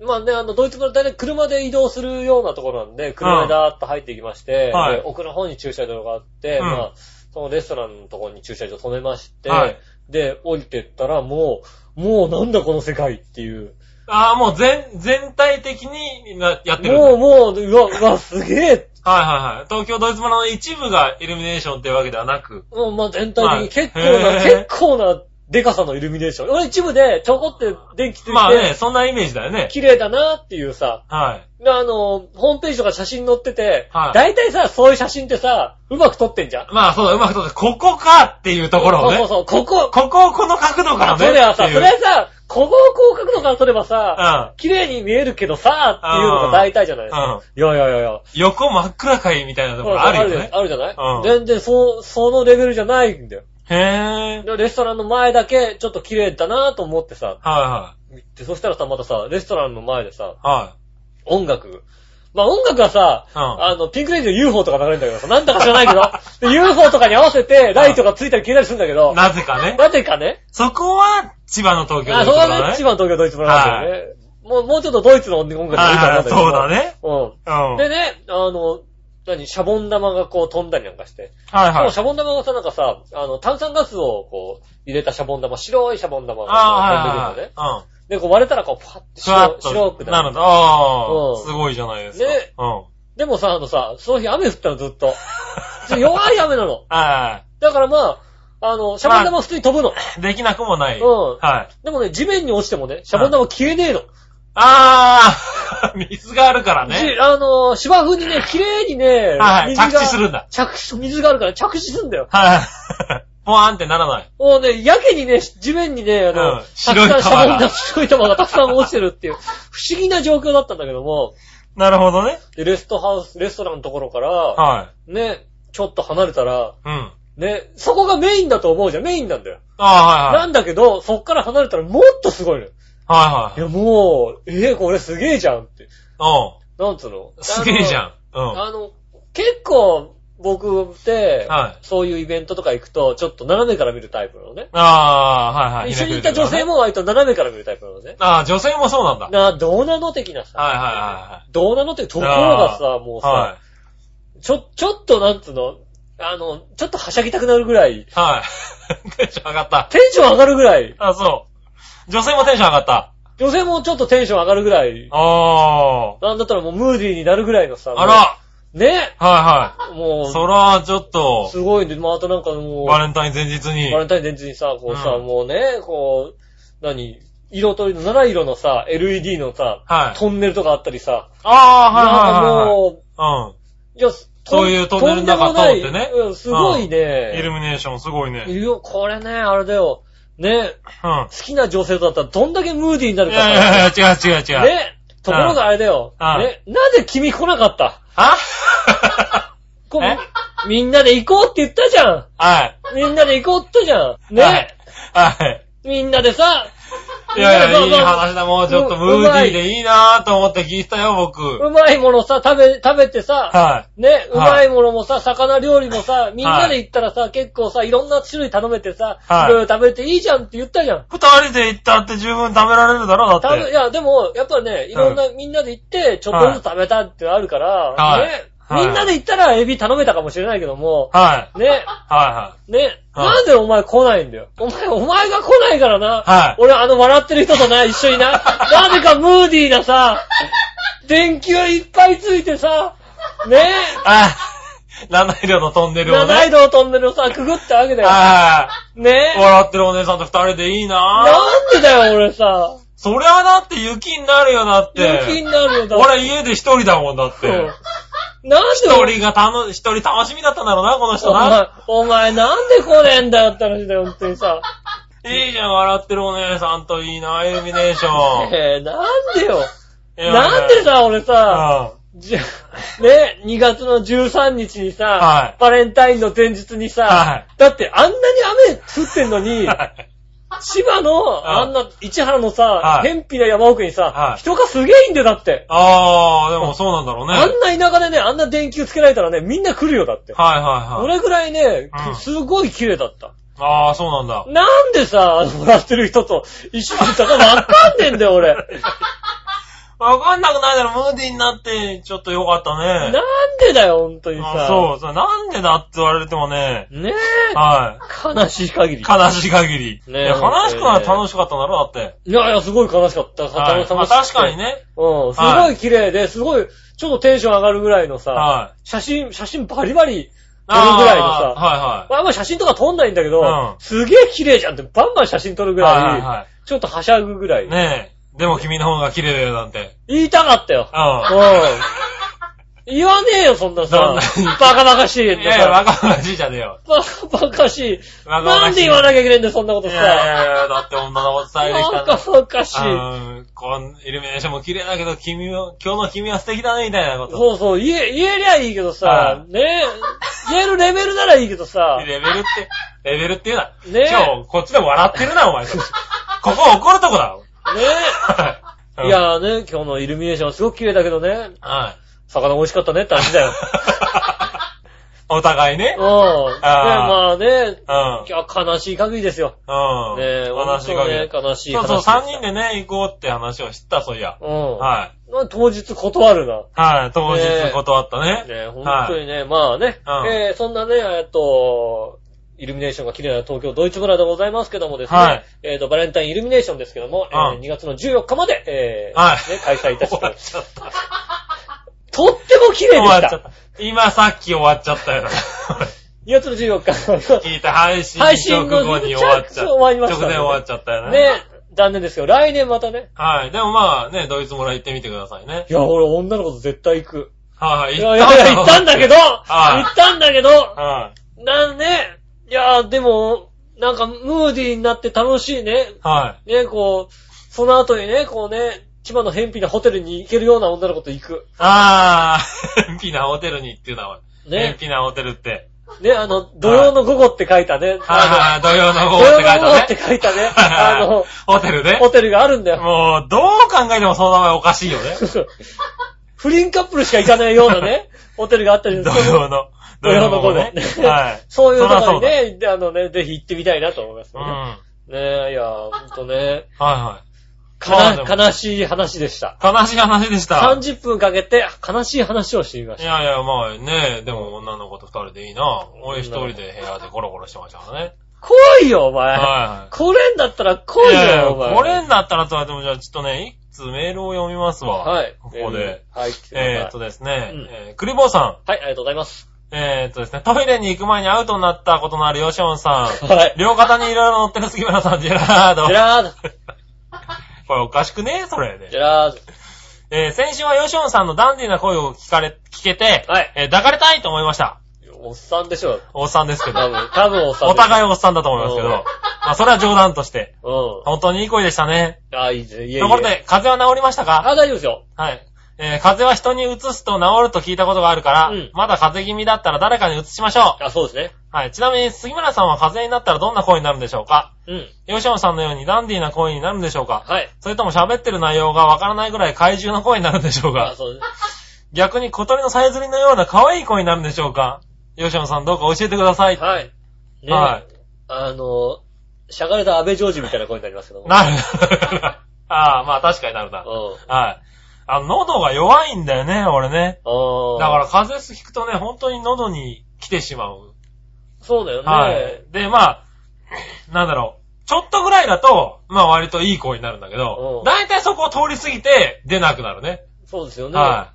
う。まあね、あの、ドイツ村大体車で移動するようなところなんで、車でダーッと入っていきまして、はいで奥の方に駐車場があって、うんまあ、そのレストランのところに駐車場止めまして、はいで、降りてったらもう、もうなんだこの世界っていう。ああ、もう全、全体的にみんなやってるんだ。もはういもう、うわ、うわ、すげえはいはい。東京ドイツ村の一部がイルミネーションっていうわけではなく。もうまあ全体的はにい結構な、へー結構なデカさのイルミネーション。俺一部でちょこって電気ついて、まあね、そんなイメージだよね。綺麗だなっていうさ、はい。あの、ホームページとか写真載ってて、はい大体さ、そういう写真ってさ、うまく撮ってんじゃん。まあそうだ、うまくとって、ここかっていうところをね。そうそうそう、ここ、ここをこの角度からね。それはさ、っていそうれはさ、ここをこう角度から撮ればさ、うん。綺麗に見えるけどさ、っていうのが大体じゃないですか。いやいやいやいや。横真っ暗かいみたいなところあるよね。あるじゃないうん全然そう、そのレベルじゃないんだよ。へえ。でレストランの前だけ、ちょっと綺麗だなと思ってさ、は行ってそしたらさ、またさ、レストランの前でさ、いは音楽。まあ音楽はさ、うんあの、ピンクレンジの UFO とか流れるんだけどさ、なんだか知らない けど、で UFO とかに合わせてライトがついたり消えたりするんだけいはどい。、なぜかね。なぜかね、そこは千葉の東京あ、そドイこはツ村だね、ね。千葉の東京ドイツ村なんだよね。もう、もうちょっとドイツの音楽がいいはいかはないとそうだね。思って。うん。うん。はでいね、あの、何、シャボン玉がこう飛んだりなんかして。しかはもい。シャボン玉がさ、なんかさ、あの、炭酸ガスをこう、入れたシャボン玉、白いシャボン玉があこう飛んあ、ではくるいのね。はい。うん。で、こう割れたらこう、パッてふわ白っ白くと。なるんだ。うんああ、すごいじゃないですか。ねうん。でもさ、あのさ、その日雨降ったのずっ と。弱い雨なの。はだからまあ、あの、シャボン玉普通に飛ぶ の。い。できなくもない。うんはい。でもね、地面に落ちてもね、シャボン玉消えねえの。ああ、 水があるからね。じあのー、芝生にね、綺麗にね、はいはい。水着が地するんだ。着手水があるから着地すんだよ。はい。ポワーンってならない。もうね、やけにね、地面にね、あの、うんたくさん白いシャボ玉がン玉、白い玉がたくさん落ちてるっていう、不思議な状況だったんだけども、なるほどね。でレストハウス、レストランのところから、はね、ちょっと離れたら、い。うん。ね、そこがメインだと思うじゃん、メインなんだよ。ああ、はいは。ないんだけど、そっから離れたらもっとすごいのよ。はいいはい。や、もう、ええこれすげえじゃんって。うなんつうのん。すげえじゃん。うん。あのはあの、結構、僕って、はいそういうイベントとか行くと、ちょっと斜めから見るタイプなのね。ああ、はいはい。一緒に行った女性も。も割と斜めから見るタイプなのね。ああ、女性もそうなんだ。はいなあ、どうなの的なさ。はいはいはい。どうなのってところがさ、もうさ、はちょ、ちょっとなんつうの、あの、ちょっとはしゃぎたくなるぐらい、い。はい。 テンション上がった。テンション上がるぐらい、あ、そう。女性もテンション上がった。女性もちょっとテンション上がるぐらい、あなんだったらもうムーディーになるぐらいのさ、あ。あら。ねはもい。う、そら、ちょっとす、ごいんで、まあ、あとなんかもう、バレンタイン前日にバレ、ンタイン前日にさ、こうさ、うんもうね、こう、何、色とりの、7色のさ、LED のさ、はい。トンネルとかあったりさ、ああ、はいはいはいはい。もう、いや、そういうトンネルの中とんでも通なっいてねうん、すごいね。うん。イルミネーションすごいね。いるよ、これね、あれだよ。ね、うん好。きな女性とだったらどんだけムーディーになるいかさやいやいや、違う違う違う。ね、ところがあれだよ。うんね、なぜ君来なかったあこえうみんなで行こうって言ったじゃん。 はい。みんなで行こうって言ったじゃん。ね、はい。はい。みんなでさ、いやいや、みいんいなで話だ。もうちょっとうムーディーでいいなぁと思って聞いたよ、僕。うまいものさ、食べ、食べてさ、はい。ね、うまはいいものもさ、魚料理もさ、みんなで行ったらさ、結構さ、いろんな種類頼めてさ、はいいろいろ食べていいじゃんって言ったじゃん。二人で行ったって十分食べられるだろ、だ食べ、っいて。や、でも、やっぱね、いろんな、みんなで行って、ちょっとずつ食べたってあるから、はいね、はいみんなで行ったらエビ頼めたかもしれないけども、はい。ね、はね、はいなんでお前来ないんだよ。お前、お前が来ないからな。はい俺、あの笑ってる人とな、一緒に な。なぜかムーディーなさ、電球いっぱいついてさ、ね、いはい。あ、七色のトンネルをね。七井戸トンネルをさ、くぐったわけだよ。はねい。笑ってるお姉さんと二人でいいなぁ。なんでだよ、俺さ。そりゃだって雪になるよ、だっ病気にて。なるよ、だ俺家で一人だもん、だっうんて。なんで一俺人が楽、一人楽しみだったんだろうな、この人おな。前、お前なんで来ねえんだよって話だよ、本当にさ。いいじゃん、笑ってるお姉さんといいな、イルミネーション。えー、なんでよ。いや なんでさ、俺さ、はじゃね、2月の13日にさ、はいバレンタインの前日にさ、はいだってあんなに雨降ってんのい。に、はい千葉のあんな市原のさ、はい偏僻な山奥にさ、はい人がすげえいんだよ、だって。ああ、でもそうなんだろうね。あんな田舎でね、あんな電球つけられたらね、みんな来るよ、だって。はいはいそはい。れぐらいね、うんすごい綺麗だった。ああ、そうなんだ。なんでさ、笑ってる人と一緒にいたかわかんねえんだよ、 俺。わかんなくないだろ、ムーディーになって、ちょっとよかったなんね。でだよ、本当にあさ。そう、そう、なんでだって言われてもね、ねはえ、悲しい限りい。。悲しい限り。いねえや、悲しくない楽しかったんだろ、だって。いやいや、すごい悲しかった。はい楽しまあ確かに。ね。うん、すはごいい綺麗で、すごい、ちょっとテンション上がるぐらいのさ、はい。写真、写真バリバリ撮あるあぐらいのさ、はまあんま写真とか撮んないんだけうどん、すげえ綺麗じゃんってバンバン写真撮るぐいはい。はいはらいい、はちょっとはしゃぐぐらいい。。ねえ。でも君の方が綺麗だよ、なんて。言いたかったよ。ううん。言わねえよ、そんなさそんな。バカバカしいん。んいだやいや、さ。わかんないじゃねえよ。バカバカしい。わかなんで言わなきゃいけないんだよ、そんなこといやいやいさ。やいや、だって女の子伝えてきたバんカだ。バカしい。うん、こん、イルミネーションも綺麗だけど、君は、今日の君は素敵だね、みたいなこと。そうそう、言え、言えりゃいいけどさは、ね言えるレベルならいいけどさ、レベルって、レベルって言うな。ねえ今日、こっちでも笑ってるな、お前。ここ怒るとこだろ。ねうんい、やーね、今日のイルミネーションはすごく綺麗だけどね、はい。魚美味しかったねって話 だよ。お互いね。ううん。ん。ね、まああね、うん。いや悲しい限りですよ。ねえ、悲しい本当限ねり。悲しいそ話うすそう、よ3人。でね、行こうって話を知った、そういや。うん。はまあ当日断るな。い。はい、当ねえ日断ったね。ね本当はにね、まあね、うんえーそんなね、えっと、イルミネーションが綺麗な東京ドイツ村でございますけどもですね、はいえっと、バレンタインイルミネーションですけども、えーうん2月の14日まで、えーはいね、開催いい。たし 終まわっす。ちゃった。とっても綺麗終でわし。っちゃったた。今さっき終わっちゃったよ。 2月の14日。聞いた配信配信直の後に終わっちゃっ終わりました直ね前終わっちゃったよね。ね、残念ですけど、来年またね。はい。でもまあね、ドイツ村行ってみてくださいね。いや、俺女の子と絶対行く。はいいやはいい。やいや、行ったんだけど、はい行ったんだけど、はい。なんね、いや、でも、なんかムーディーになって楽しいね。はい。ね、こう、その後にね、こうね、千葉の偏僻なホテルに行けるような女の子と行く。あー、 ピナホテルに行ってたわ。ねね。ピナホテルって。ね、あの、土曜の午後って書いたね。はいはいはい、土曜のあの午土後って書い曜の午後たってね。書いたね。あはいはい の、ホテルで。ホテルがあるんだ よ。もう、どう考えてもその名前おかし いよね。不倫カップルしか行かないようなね、ホテルがあったりす土る。曜の。土曜の午後ねね。はい。そういうとこにそらね、であのね、ぜひ行ってみたいなと思いますうん。ね。はねいや、ほんとね、いはかまあでもな悲しい話でした。い。悲しい話でした。 30分かけて悲しい話をしてみまいした。やいや、まあね、でも女の子と二人でいいな。俺一人で部屋でゴロゴロしてましたからね。来いよ、お前。は来れんだったら来いはい。いよ、お前。これになったらとはでもじゃあちょっとね、一つメールを読みますわ。はい。ここで。メール。はい、来てくださいえーっとですね、うんえークリボーさはい、ありがとうございます。ん。えーっとですね、トイレに行く前にアウトになったことのあるヨシオン さん。 はい。両肩にいろいろ乗ってる杉村さん、ジェラードジェ。ラード。これおかしくねえそれジね。ェラード。えー先週はヨシオンさんのダンディーな声を聞かれ、聞けて、はいえー抱かれたいと思いました。おっさんでしょ。おっさんですけど。多 分、多分おっさん。お互いおっさんだと思いますけどうん。まあ、それは冗談として。い。う本当にいい声でしたね。ん。あ、いいですね。いえいえところで、風邪は治りましたかあ、大丈夫ですよ。はい。えー風邪は人に移すと治ると聞いたことがあるから、うんまだ風邪気味だったら誰かに移しましょう。あ、そうですね。はい。ちなみに、杉村さんは風邪になったらどんな声になるんでしょうかうん。吉野さんのようにダンディーな声になるんでしょうかはい。それとも喋ってる内容がわからないぐらい怪獣の声になるんでしょうあ、かそうですね。逆に小鳥のさえずりのような可愛い声になるんでしょうか吉野さんどうか教えてください。はい。ねはあの、しゃがれた安倍ジョージみたいな声になりますけども。なる。 ああ、まあ確かになるな。うん。はい。あの、喉が弱いんだよね、俺ね。あだあ。から、風邪ひくとね、本当に喉に来てしまう。そうだよね。はい。で、まあ、なんだろう。ちょっとぐらいだと、まあ割といい声になるんだけうどん、だいたいそこを通り過ぎて出なくなるね。そうですよね。は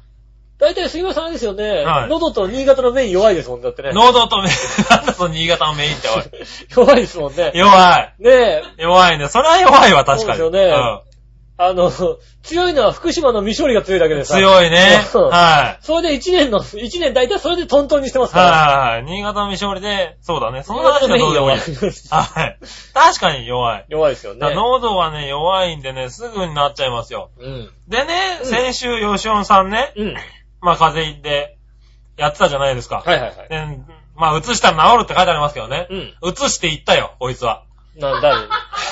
大体杉村さんですよね。はい喉と新潟のメイン弱いですもんだってねい。。喉と目、 なんだその新潟のメインっておい。 弱いですもんね。弱い。ねえ、弱いね。それは弱いわ、確かに。そうですよね。あの、強いのは福島の未勝利が強いだけでさ。強いね。そうはい。それで一年の、一年大体それでトントンにしてますから。はいはいはい。新潟の未勝利で、そうだね。その新潟話のメイはどンうでも弱いいい。。はい。確かに弱い。弱いですよだかねら。喉はね、弱いんでね、すぐになっちゃいますよ。うん。でね、うん先週、吉尾さんね、うん。まあ、風邪ひいて、やってたじゃないですか。はいはいはい。でまあ、移したら治るって書いてありますけどね。うん。移していったよ、こいつは。なん、誰に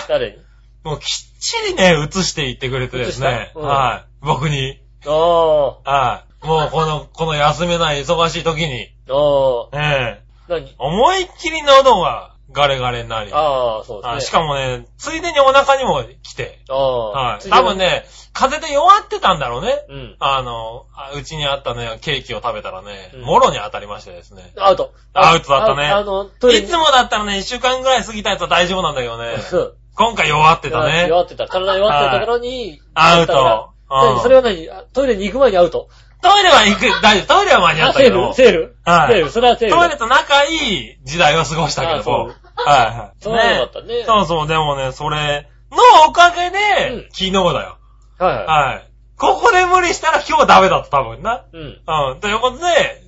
誰にもうきっちりね、移していってくれてですね移し。たうんはい。僕に。あはい。もう、この、この休めない忙しい時に。あ、ああ、ええ何思いっきり喉がガレガレになり。ああ、そうですはね。いしかもね、ついでにお腹にも来て。ああ、はい。次は多分。ね、風邪で弱ってたんだろうね。うん。あの、あうちにあったね、ケーキを食べたらね、うんもろに当たりましてですね。アウト。アウトだったねああの、トイレいにつもだったらね、一週間ぐらい過ぎたやつは大丈夫なんだけどね。そう今回弱ってたね。弱ってた。体弱ってたところに、アウト。何うんそれは何あトイレに行く前にアウト。トイレは行く、大丈夫。トイレは間に合あ、ったけセーども。ルトセールはいセールそれはセール。イレと仲いい時代を過ごしたあけどもそう。はいそうは。ないんだったね。そうそう、でもね、それのおかげで、うん昨日だよ。はいははい。ここで無理したら今日ダメだった、多分な。い。うん。うん。ということで、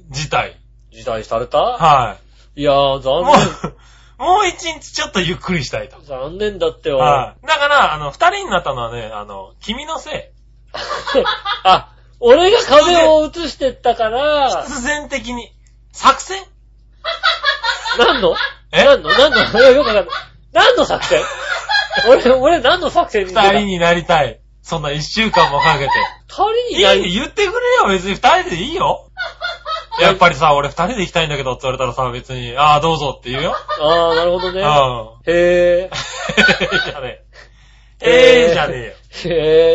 辞退。時代されたはい。いやー、残もう、もう一日ちょっとゆっくりしたいと。念。残念だってよ。はい。だから、あの、二人になったのはね、あの、君のせい。 あ、俺が風を移してった から、必然的に。作戦何のえ何の何の俺よくわかんない。何の作戦 俺、俺何の作戦に出た二人になりたい。そんな一週間もかけて。二人いになり、い言ってくれよ、別に二人でいいよ。やっぱりさ、俺二人で行きたいんだけどって言われたらさ、別に、ああ、どうぞって言うよ。あー、なるほどうねん。。 へー。ええじゃねえ。ええじゃねえよ。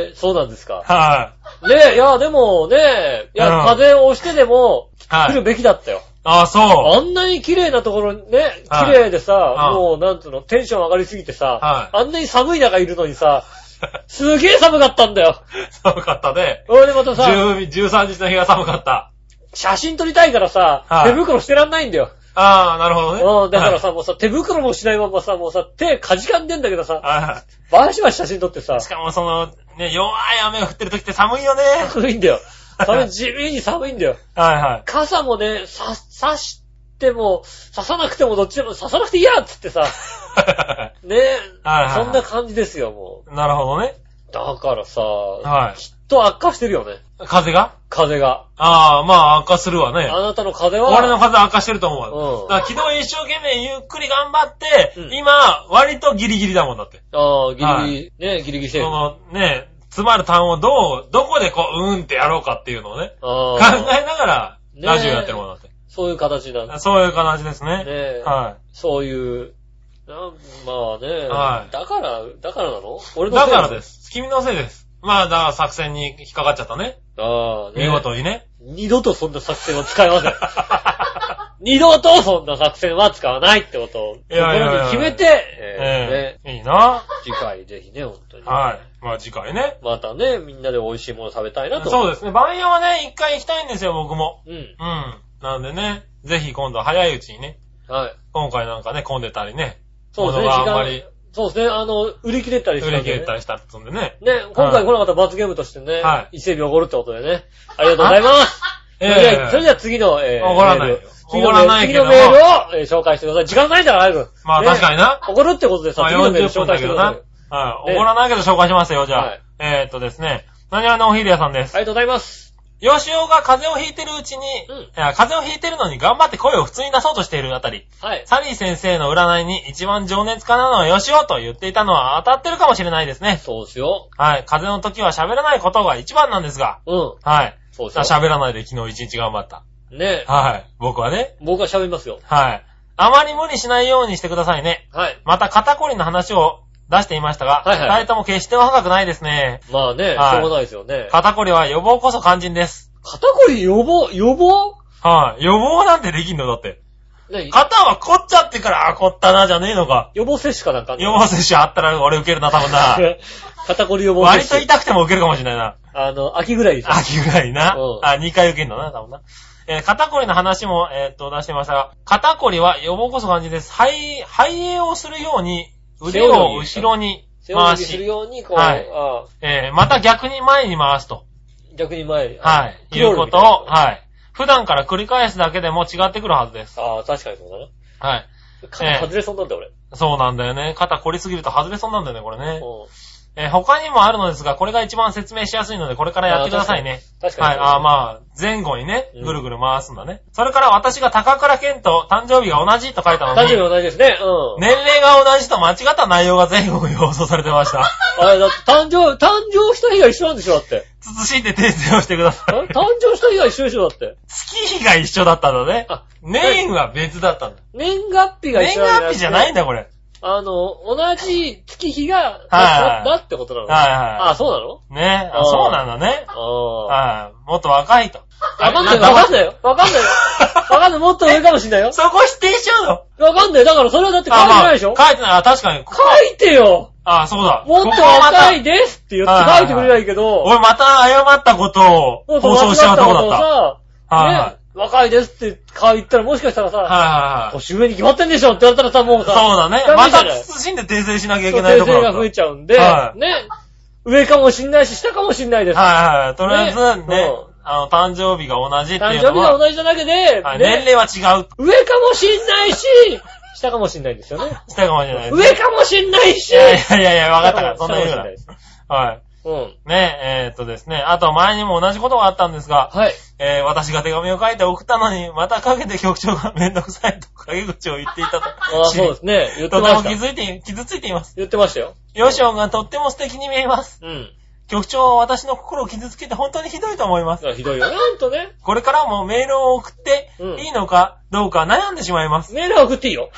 へー、そうなんですか。はい。ねえ、いや、でもね、いや、うん風を押してでも、来はるい。べきだったよ。ああ、そう。あんなに綺麗なところにね、はい綺麗でさ、うんもうなんつうの、テンション上がりすぎてさは、あんなに寒い中いるのに さ、すげえ寒かったんだよ。寒かったね。俺でまたさ、 10 13日の日が寒かった。写真撮りたいからさ、はい手袋してらんないんだよ。ああ、なるほどね。うん、だからさ、もうさ、手袋もしないままさ、もうさ、手かじかんでんだけどさ、はい。はバシバシ写真撮ってさい。し、かもその、ね、弱い雨が降ってる時って寒いよね。寒いんだよ。寒い、地味に寒いんだよ。はいはい。傘もね、さ、刺しても、刺さなくてもどっちでも刺さなくていいやっつってさ、ねはいはいはいそんな感じですよ、も なるほどね。う。だからさ、はきっと悪化してるよね、い。風が風が。ああ、まあ悪化するわねあ。なたの風は、俺の風は悪化してると思う。うんだから昨日一生懸命ゆっくり頑張って、うん今、割とギリギリだもんだって。ああ、ギリギリ、はね、ギリギリセそーフ。のね、詰まる単をどう、どこでこう、うーんってやろうかっていうのをね、あ考あえながら、ねえラジオやってるもんだって。そういう形なんですそういう形ですね。ね。えはい。そういう、なんまあね、はいだから、だからなの俺の。だからですす。君のせいです。まあ、だから作戦に引っかかっちゃったね。ああ、ね、見。事にね。 二度とそんな作戦は使えません。二度とそんな作戦は使わないってことを、いやいやいや心に決めて、ええーねえいいな。次回ぜひね、本当に。はい。まあ次回ね。またね、みんなで美味しいもの食べたいなと。そうですね。万葉はね、一回行きたいんですよ、僕も。う。うん。うん。なんでね、ぜひ今度早いうちにね、はい。今回なんかね、混んでたりね、そうですね、物時があんま間り。そうですね、あの、売り切れたりした売んでりね切れたりしたっつうんでね。ね、今回来なかった罰ゲームとしてね、は伊勢海老おごるってことでね。ありがとうございます。それではそれでは次の、えー、おごらないよメール次のメーおごらルないけ次どのもメールを、えー紹介してください。時間ないんだから、早く。まあね確かにな。おごるってことでさま、あ次のメール40紹分だ介してくけどださい。な。はい。怒らないけど紹介しますよ、じゃあ。はいえーっとですね。何わのおひでやさんです。ありがとうございます。よしおが風邪をひいてるうちに、うんいや風邪をひいてるのに頑張って声を普通に出そうとしているあたり、はい。サリー先生の占いに一番情熱家なのはよしおと言っていたのは当たってるかもしれないですね。そうですよ。はい。風邪の時は喋らないことが一番なんですが、うん。はい。そうですよ。喋らないで昨日一日頑張った。ねはい。僕はね。僕は喋りますよ。はい。あまり無理しないようにしてくださいね。はい。また肩こりの話を出していましたが、はいはい二人とも決して若くないですね。まあね、しはいょうがないですよね。肩こりは予防こそ肝心です。肩こり予防、予防はい。予防なんてできんのだって。ね肩は凝っちゃってから、あ、凝ったな、じゃねえのか。予防接種かなんかあんの予防接種あったら俺受けるな、多分な。 肩こり予防割接と種。痛くても受けるかもしれないな。あの、秋ぐらいですよ。秋ぐらいなうん。あ、2回受けるのな、多分な。えー肩こりの話も、えーっと、出してましたが、肩こりは予防こそ感じです。肺、肺炎をするように、腕を後ろに背負回いするし、ように、こう、はいあえーまた逆に前に回すと。ー逆に前に。はい。クいローうルこみとたいをな、はい。普段から繰り返すだけでも違ってくるはずです。ああ、確かにそうだな。はい。肩外れそうなんだ、俺。そうなんだよね。肩凝りすぎると外れそうなんだよね、これね。うんえー他にもあるのですが、これが一番説明しやすいので、これからやってくださいね。確かに。はい。あーまあ、前後にね、うんぐるぐる回すんだね。それから私が高倉健と誕生日が同じと書いたの誕生日に、同じですね。うん。年齢が同じと間違った内容が前後に放送されて ました。あれ、だって誕生、誕生した日が一緒なんでしょ、だって。慎んで訂正をしてくだあさ誕い。生した日が一緒でしょ、だって。月日が一緒だったんだねあ。年は別だったんだ。年月日が年一緒なん月日じゃないんだよ、これ。あの、同じ月日が、はいだってことなのはいあ、そうなのはい。ねああ、ーそうなんだね。あはい。もっと若いと。あ。わかんない、わかんないよ。わかんない よ。わかんない、もっと上かもしんないよ。そこ否定しちゃうのわかんない。だからそれはだって書いてないでしょ、あまあ書いてない。あ、確かに。ここ書いてよあ、そうだ。もっとここはまた若いですって言って書いてくれないけど、俺また誤ったこともをっと間放違送っしちゃうたとこことをだっさ、た。はいはいね、若いですって書いたらもしかしたらさ、はいはいはい。年上に決まってんでしょって言われたらさ、もうそさ、うだねダ。メまじゃたない慎んで訂正しなきゃいそうけないところがだった。増はえいちゃうんで、はいね、上かもしんないし、下かもしんないです。はいはい。とりあえずねね、あの、誕生日が同じって誕いう生の日がは、同じなだけで、はい年ね、齢は違うって上かもしんない し、下かもしんないですよね。したかもしれない。上かもしんないしい、やいやいやいや、わかったから、下そんかなも言しうんかないです。ら。はい。うん。ねえーっとですね、あと前にも同じことがあったんですが、はい。えー私が手紙を書いて送ったのに、またかけて局長がめんどくさいと陰口を言っていたと。ああ、そうですね。言ってとまてもした。傷ついて、傷ついています。言ってましたよ。ヨシオンがとっても素敵に見えます。うん。局長は私の心を傷つけて本当にひどいと思いだます。からひどいよね、ほんとね。これからもメールを送ってうんいいのかどうか悩んでしまいます。メールは送っていい よ。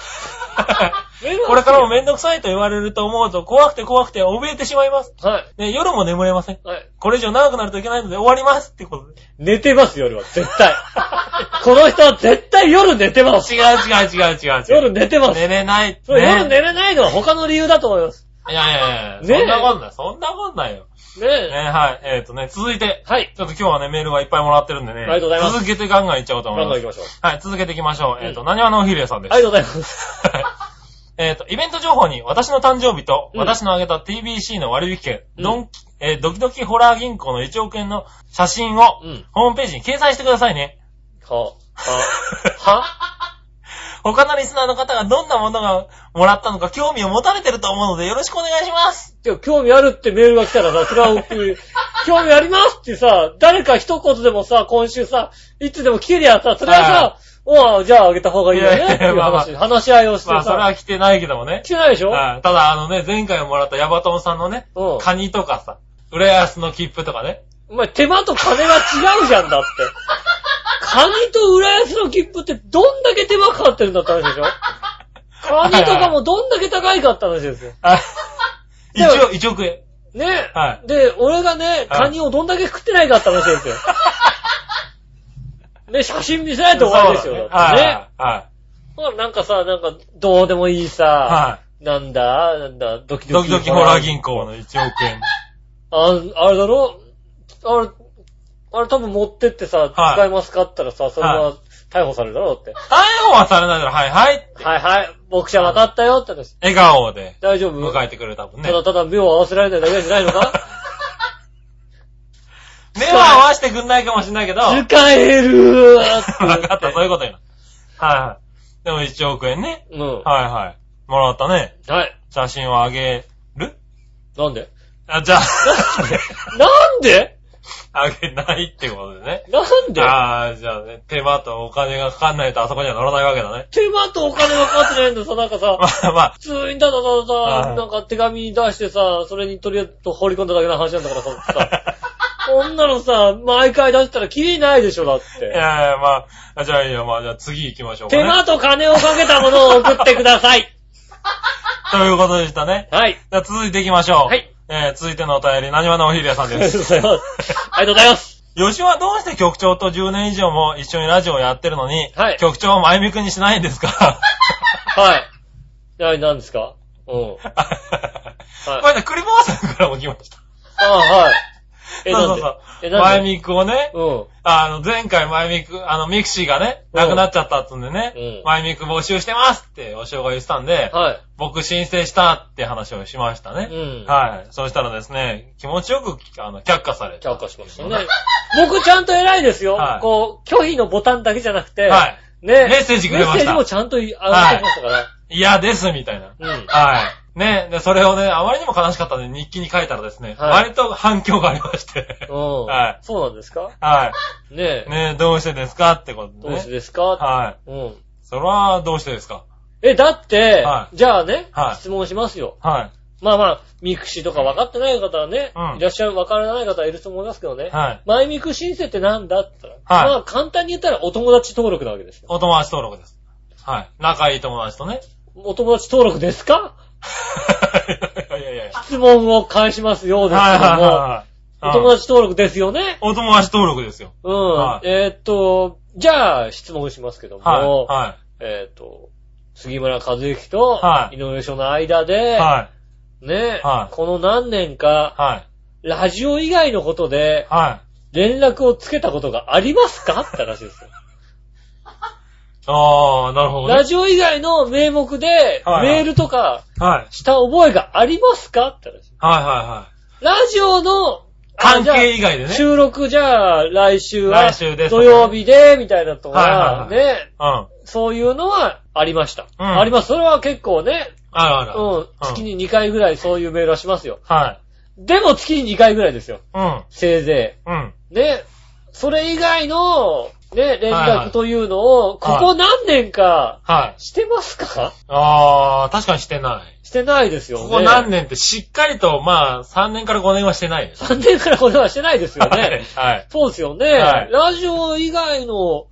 メールは送っていいよこれからもめんどくさいと言われると思うと怖くて怖くて怯えてしまいます。はね、夜も眠れません。い。はい。これ以上長くなるといけないので終わりますってことで。寝てます、夜は。絶対。 この人は絶対夜寝て ます。違う違う違う違う違う。夜寝てます。寝れない。ねそれ夜寝れないのは他の理由だと思います。いやいやいや、ねそんなことない。そんなことないよ。ねね、え。はい。えっ、とね、続いて、はい。ちょっと今日はね、メールがいっぱいもらってるんでね。ありがとうございます続けてガンガンいっちゃおうと思いガンまガンす。行きましょう。はい、続けていきましょう。えっ、うと、なにわのおひれさんです。ありがとうございます。えっと、イベント情報に、私の誕生日と、うん私のあげた TBC の割引券、うんドンキ、えードキドキホラー銀行の1億円の写真を、うん。ホームページに掲載してくださいね。は、は、は他のリスナーの方がどんなものがもらったのか興味を持たれてると思うので、よろしくお願いします。でも興味あるってメールが来たらさ、それは僕、興味ありますってさ、誰か一言でもさ、今週さ、いつでも来てりゃさ、それはさ、おうじゃああげた方がいいよねっていういやいやまあまあ話、話し合いをしてまあ、それさ、は来てないけどもね来。てないでしょはいただ、あのね、前回もらったヤバトンさんのね、うん。カニとかさ、浦安の切符とかね。お前、手間と金が違うじゃんだって。カニと浦安の切符ってどんだけ手間かかってるんだって話でしょカニとかもどんだけ高いかって話ですよ。あでも 一応、一億円。ねえ。はい で、俺がね、カニをどんだけ食ってないかって話ですよ。ね、写真見せないと終わりですよ。そうだってね。はい。はい。ほら、なんかさ、なんか、どうでもいいさ、はいなんだ、なんだ、ドキドドキ。キドキホラー銀行の1億円。あ、あれだろあれ、あれ多分持ってってさ、はい使いますかって言ったらさ、それはは逮捕されるだろうって。逮捕はされないだろ、はいはい。はいはい、僕じゃ分かったよって話。笑顔で大丈夫迎えてくれたもんねた。だただ目を合わせられないだけなんじゃないの か目は合わせてくんないかもしれないけど、わ使える ーってかった、そういうこと言うの。はいはい。でも1億円ね。うん。はいはい。もらったね。はい。写真をあげるなんであ、じゃあ、 なんであげないってことでね。なんでああ、じゃあね、手間とお金がかかんないとあそこには乗らないわけだね。手間とお金がかかってないんださ、なんかさ ま、あまあ、普通にただただはさ、いなんか手紙出してさ、それにとりあえず放り込んだだけの話なんだからさ、さ こんなのさ、毎回出したらキリないでしょ、だっ いて。やいや、まあ、じゃあいいよ、まあ、じゃあ次行きましょうかね。手間と金をかけたものを送ってください。ということでしたね。はい。じゃあ続いて行きましょう。はい。えー、続いてのお便り、なにわのおひるやさんありでがと うごす。ざいます。ありがとうございます。吉尾はどうして局長と10年以上も一緒にラジオをやってるのに、はい局長を前向きにしないんですか はい。な、なんですかうん。あ これね、栗坊さんからも来ました。あ、はい。え、そうなそんでうそうえ、な前んでミクをね、うん。あの、前回前ミク、あの、ミクシーがね、なくなっちゃったっつうんでね、うん前ミク募集してますって、お塩が言ってたんで、は僕申請したって話をしましたねい。。うん。はい。そしたらですね、気持ちよく、あの、却下されて。却下しましたね。僕ちゃんと偉いですよ。はいこう、拒否のボタンだけじゃなくて、はい。ね。メッセージくれまメッしたセージもちゃんといあげてましたから。嫌です、みたいな。うん。はい。ね、で、それをね、あまりにも悲しかったんで、日記に書いたらですね、はい割と反響がありまして。うん。はいそうなんですかはねえ。い。ね、どうしてですかってこどとでうしてね。ですか、はい。うん。それは、どうしてですかえ、だって、はいじゃあね、はい質問しますよ。はまあまあ、ミクシーとか分かってない方はね、うんいらっしゃる、分からない方はいると思いますけどね。い。はい。マイミク申請ってなんだって言ったら、はいまあ簡単に言ったらお友達登録なわけですよ。お友達登録です。はい。仲いい友達とね。 お友達登録ですかいやいやいや。質問を返しますようですけども、いお友達登録ですよね。お友達登録ですよ。うん。はいえーっと、じゃあ質問しますけども、はい。はえーっと、杉村和之とは井い上翔の間い。で、はい。ね、はいこの何年か、はい。ラジオ以外のことではい。連絡をつけたことがありますかって話ですよ。 ああ、なるほどラね。ジオ以外の名目ではいはいメールとかはい。した覚えがありますかって話。はいはいはい。ラジオの、あ関係以外じでゃあね。収録じゃあ来週は来週です土曜日で、みたいなとかは、いね、うん。あるそういうのはありました。うんあります。それは結構ね、あうる。ん、月に2回ぐらいそういうメールはしますよ。はい。でも月に2回ぐらいですよ。うん。せいぜうん。い。ね、それ以外の、ね、連はいは絡いというのを、ここ何年かはい。してますかああ、確かにしてない。してないですよね。ここ何年ってしっかりと、まあ、3年から5年はしてないです。 3年からこれはしてないですよ はいね。。はい。そうですよね。はいラジオ以外の、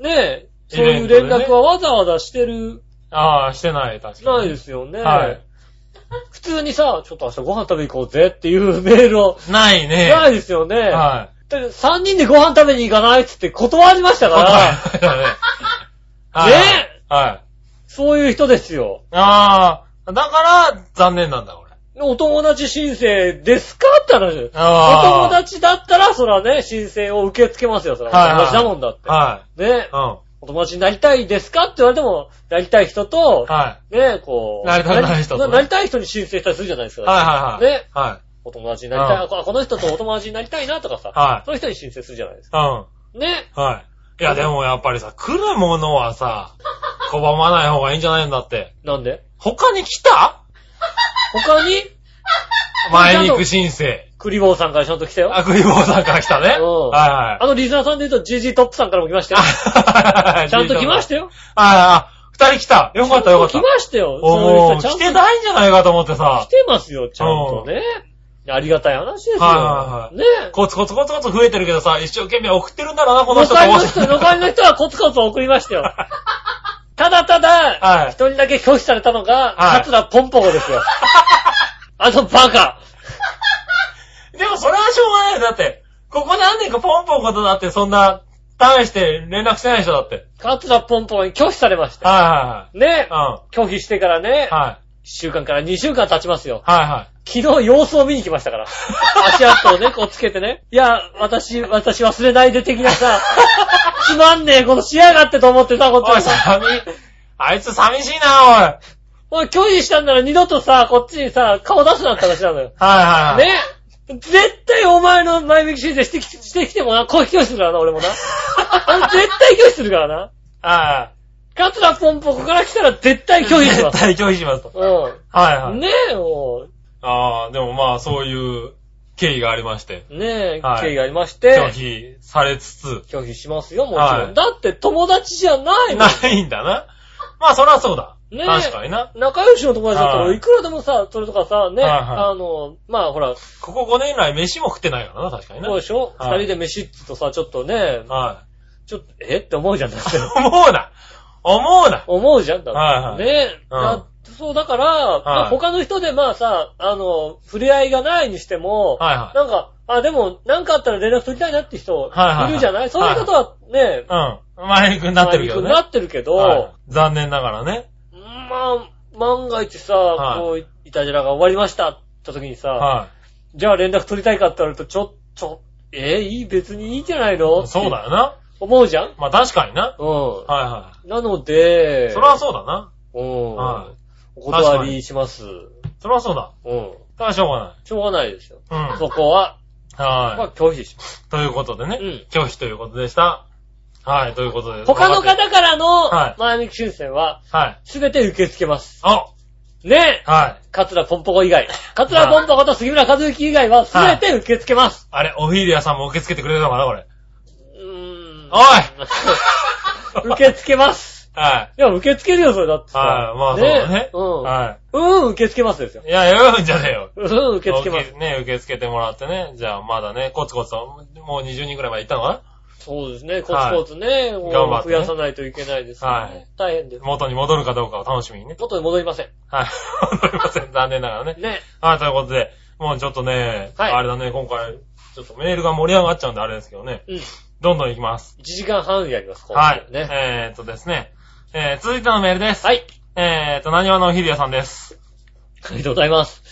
ね、イそういベうントで連ね絡はわざわざしてる、ああ、してない、確かないに。ですよね。はい普通にさ、ちょっと明日ご飯食べに行こうぜっていうメールを、ないね。ないですよね。はい。だって3人でご飯食べに行かないっつって断りましたから、答えだね。ねはいはい。そういう人ですよ。ああ、だから、残念なんだ、これ。お友達申請ですかって話。おああ。友達だったら、そらね、申請を受け付けますよ、そら。おはいは友い達だもんだって。はねい。、うお友達になりたいですかって言われても、なりたい人とん。、はね、こう、なりたくない人とねななりたい人に申請したりするじゃないですい。はいか。はいはい。ねはお友達になりたい、うんあこの人とお友達になりたいなとかさ、はいそういう人に申請するじゃないですか。い。うん。ね、はい。いや、でもやっぱりさ、来るものはさ、拒まない方がいいんじゃないんだって。なんで他に来た他に、前に行く申請。クリボーさんからちゃんと来たよ。あ、クリボーさんから来たね。うんはあの、リスナーさんで言うと、ジジトップさんからも来ましたいよ。はい。ちゃんと来ましたよ。よ。ああ、二人来た。よかったよかっちゃたんと来。ましたよ。おー、そういう人来てちゃんとないんじゃないかと思って来さ、てますよ、ちゃんとね。ありがたい話ですよ。はいはいはいね。コツコツコツコツ増えてるけどさ、一生懸命送ってるんだろうな、この残人りの人、残りの人はコツコツ送りました よ。ただたはだ、い一人だけ拒否されたのが、はい桂ポンポコ ですよ。あのバカ。でもそれはしょうがないよ。だって、ここ何年かポンポンことだってそんな、大して連絡してない人だって。桂ポンポンに拒否されました。はねいはいは拒否してからねい。うん。、はい。 1週間から2週間経ちますよ。はいはい。昨日様子を見に来ましたから。足跡をね、こうつけてね。いや、私、私忘れないで的な さ、つまんねえことしやがってと思ってさ、こおい、っち寂、 あいつ寂しいな、おおい。い、拒否したんなら二度とさ、こっちにさ、顔出すなって話なのよ。はいはいはい。ね絶対お前の前向き申請してきしてきてもな、こう拒否するからな、 俺もな。俺絶対拒否するからな。はカツラポンポコから来たら絶対拒否い。しま絶す。対拒否しますと。う はいはい。ん。ねえ、もああ、でもまあ、そういう経緯がありまして、う、ねえ、はい経緯がありまして、拒否されつつ、拒否しますよ、もちろん。はいだって友達じゃないもん。ないんだな。まあ、そらそうだ。ねえ確かにな。仲良しの友達だったらはいいくらでもさ、それとかさ、ね、はいはいあの、まあほら、そここ5年来飯も食ってないからな、確かにな。うでしょ二、はい人で飯って言うとさ、ちょっとね、はちょっと、えって思うじゃん、だって い。。思うな思うな思うじゃん、だって。はいはいね、うんだそう、だから、まあはい他の人でまあさ、あの、触れ合いがないにしても、はいはいなんか、あ、でも、なんかあったら連絡取りたいなって人はいはいはいいるじゃない、そういうことはね、。うん。前行くになってるけどね。なってるけど、はい残念ながらね。まあ、万が一さ、はいこう、いたじらが終わりましたって時にさ、はじゃあ連絡取りたいかって言われると、ちょ、ちょ、えーいい、別にいいんじゃないのい。そうだ。よな。思うじゃんまあ、確かにな。うはいはん。なので、い。そらそうだな。うん。はお断りします。うそらそうだ。ん。ただしょうがしょうがないですよ。ない。うそこは、ん。まはあ拒否します。い。ということでね。うん拒否ということでした。はい、ということで。他の分かって方からのはい前向き申請は、はい。すべて受け付けます。あねえはい。カツラポンポコ以外。カツラポンポコと杉村和之以外は、すべて受け付けます。あれ、オフィリアさんも受け付けてくれたのかな、これ。うーん。 おい受け付けます。はいい。や、受け付けるよ、それだってさ。はい、まあそうだね。うん。はうん、受け付けますですよ。い。いや、読むんじゃねえよ。うん、受け付けます。受ね、受け付けてもらってね。じゃあ、まだね、コツコツと、もう20人くらいまで行ったのかそうですね、コツコツね、もう頑張って増ねやさないといけないですね。はい大変ですな。元に戻るかどうかを楽しみにね。元に戻りません。はい。 戻りません。残念ながらね。ね。はい、ということで、もうちょっとね、はいあれだね、今回、ちょっとメールが盛り上がっちゃうんであれですけどね。うん。1どんどん行きます。時間半やります、今はい。週ね。えーっとですね。えー、続いてのメールです。はい。えーっと、何話のひりやさんです。ありがとうございます。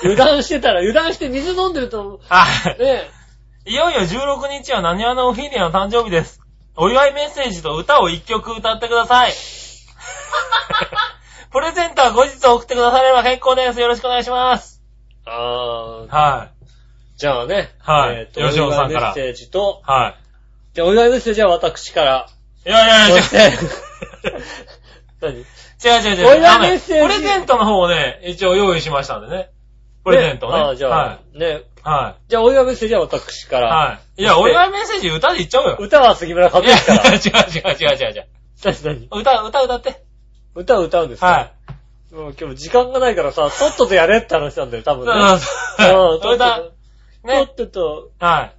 油断してたら、油断して水飲んでると、はい。ね、いよいよ16日は何話のおひりやの誕生日です。お祝いメッセージと歌を一曲歌ってく ださい。プレゼントは後日送ってくだされば結構です。よろしくお願いします。あー、はい。じゃあね、はいえっと、お吉祝野さんいメからッセージと、はじゃあお祝いメッセージは私から、い。いやいやいそや、して、 何違う違う違う。お祝いメッセージあのねプレゼントの方をね、一応用意しましたんでね。プレゼントね。あーじゃあ、はい。ね、はじゃあお祝いメッセージは私かい。ら、はい。いや、お祝いメッセージ歌で言っちゃおうよ。歌は杉村和いや之から、いや違う違う違う違う違う。何何歌、歌歌って。歌を歌うんですかはい。い。もう今日時間がないからさ、とっととやれって話なんだよ、多分ね。うん とっと歌、と。とね。っとと、はい。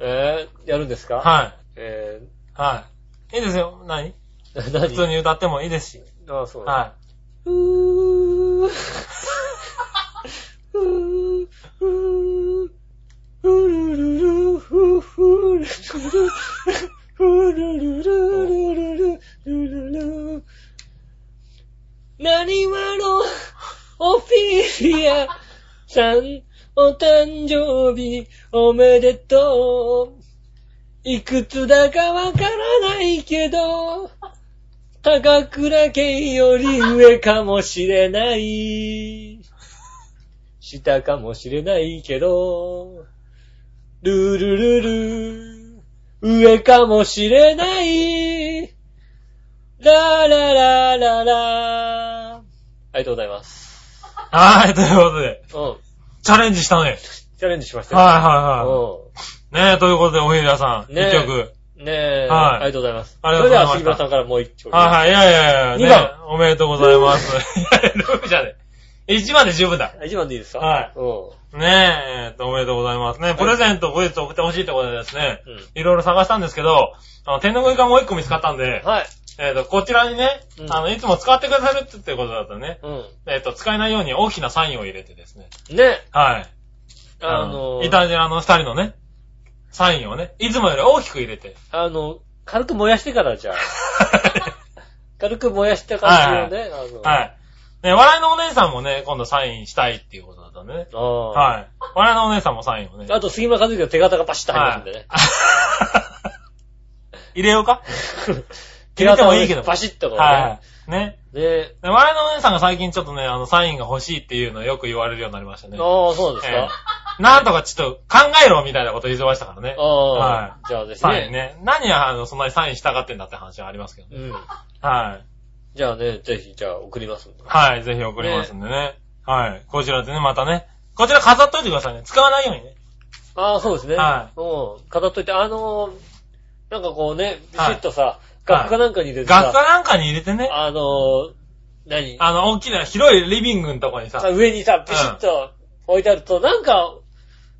えー、やるんですかい。はえい。はい。いいですよ。何ー、普何通に歌ってもいいですし。ああ、そう。はふー。ふー。ふー。ふるるる、ふふるるる。ふるるるるるるるるる。何わのオフィリアさん、お誕生日おめでとう。いくつだかわからないけど、高倉健より上かもしれない。下かもしれないけど、ルルルル、上かもしれない。ラララララ。ありがとうございます。い。はい、ということで、うん。チャレンジしたね。チャレンジしましたよ。はいはいはい。ねえ、ということで、おひらさん、ねえ一曲。うん。ねえ、あはいりがとうございます。ありがとうございましそたれでは杉村さんからもう一丁。はいはい、いやいやいや、二ね番おめでとうございます。いやいや、6じゃねえ。1番で十分だ。い。一番でいいですかはいうん。ねえ、えっと、おめでとうございますね。プレゼント後日送ってほしいってことでですね、いろいろ探したんですけど、あの、天の声がもう一個見つかったんで、はい。えっと、こちらにねう、んあの、いつも使ってくださるってってことだったね。うえっと、使えないように大きなサインを入れてですね。ん。ねえ、はい。あのーイタジラの二人のね、サインをね。いつもより大きく入 れて。あの、軽く燃やしてから じゃあ。軽く燃やした感じをね。あのはい。ね、笑いのお姉さんもね、今度サインしたいっていうことだったね。ああ。はい。笑いのお姉さんもサインをね。あと、杉村和之の手形がパシッと入りますんでね。 はい。入れようか手形入れてもをいいけどパシッとこうね。はい。ね。で、で笑いのお姉さんが最近ちょっとね、あの、サインが欲しいっていうのをよく言われるようになりましたね。ああ、そうですえか。えなんとかちょっと考えろみたいなこと言ってましたからねあ。あは、じゃあですサインね。ね。何や、あの、そんなにサインしたがってんだって話はありますけどね。うん。はい。じゃあね、ぜひ、じゃあ送りますんで。はい、ぜひ送りますんでね。はい。こちらでね、またね。こちら飾っといてくださいね。使わないようにね。ああ、そうですね。はうん。飾っといて、あのー、なんかこうね、ビシはいッとさ、楽譜かなんかに入れて学科さ、なんかに入れてね。あのー、何あの、大きな広いリビングのとこにさ、さ上にさ、ビシッと置いてあると、なんか、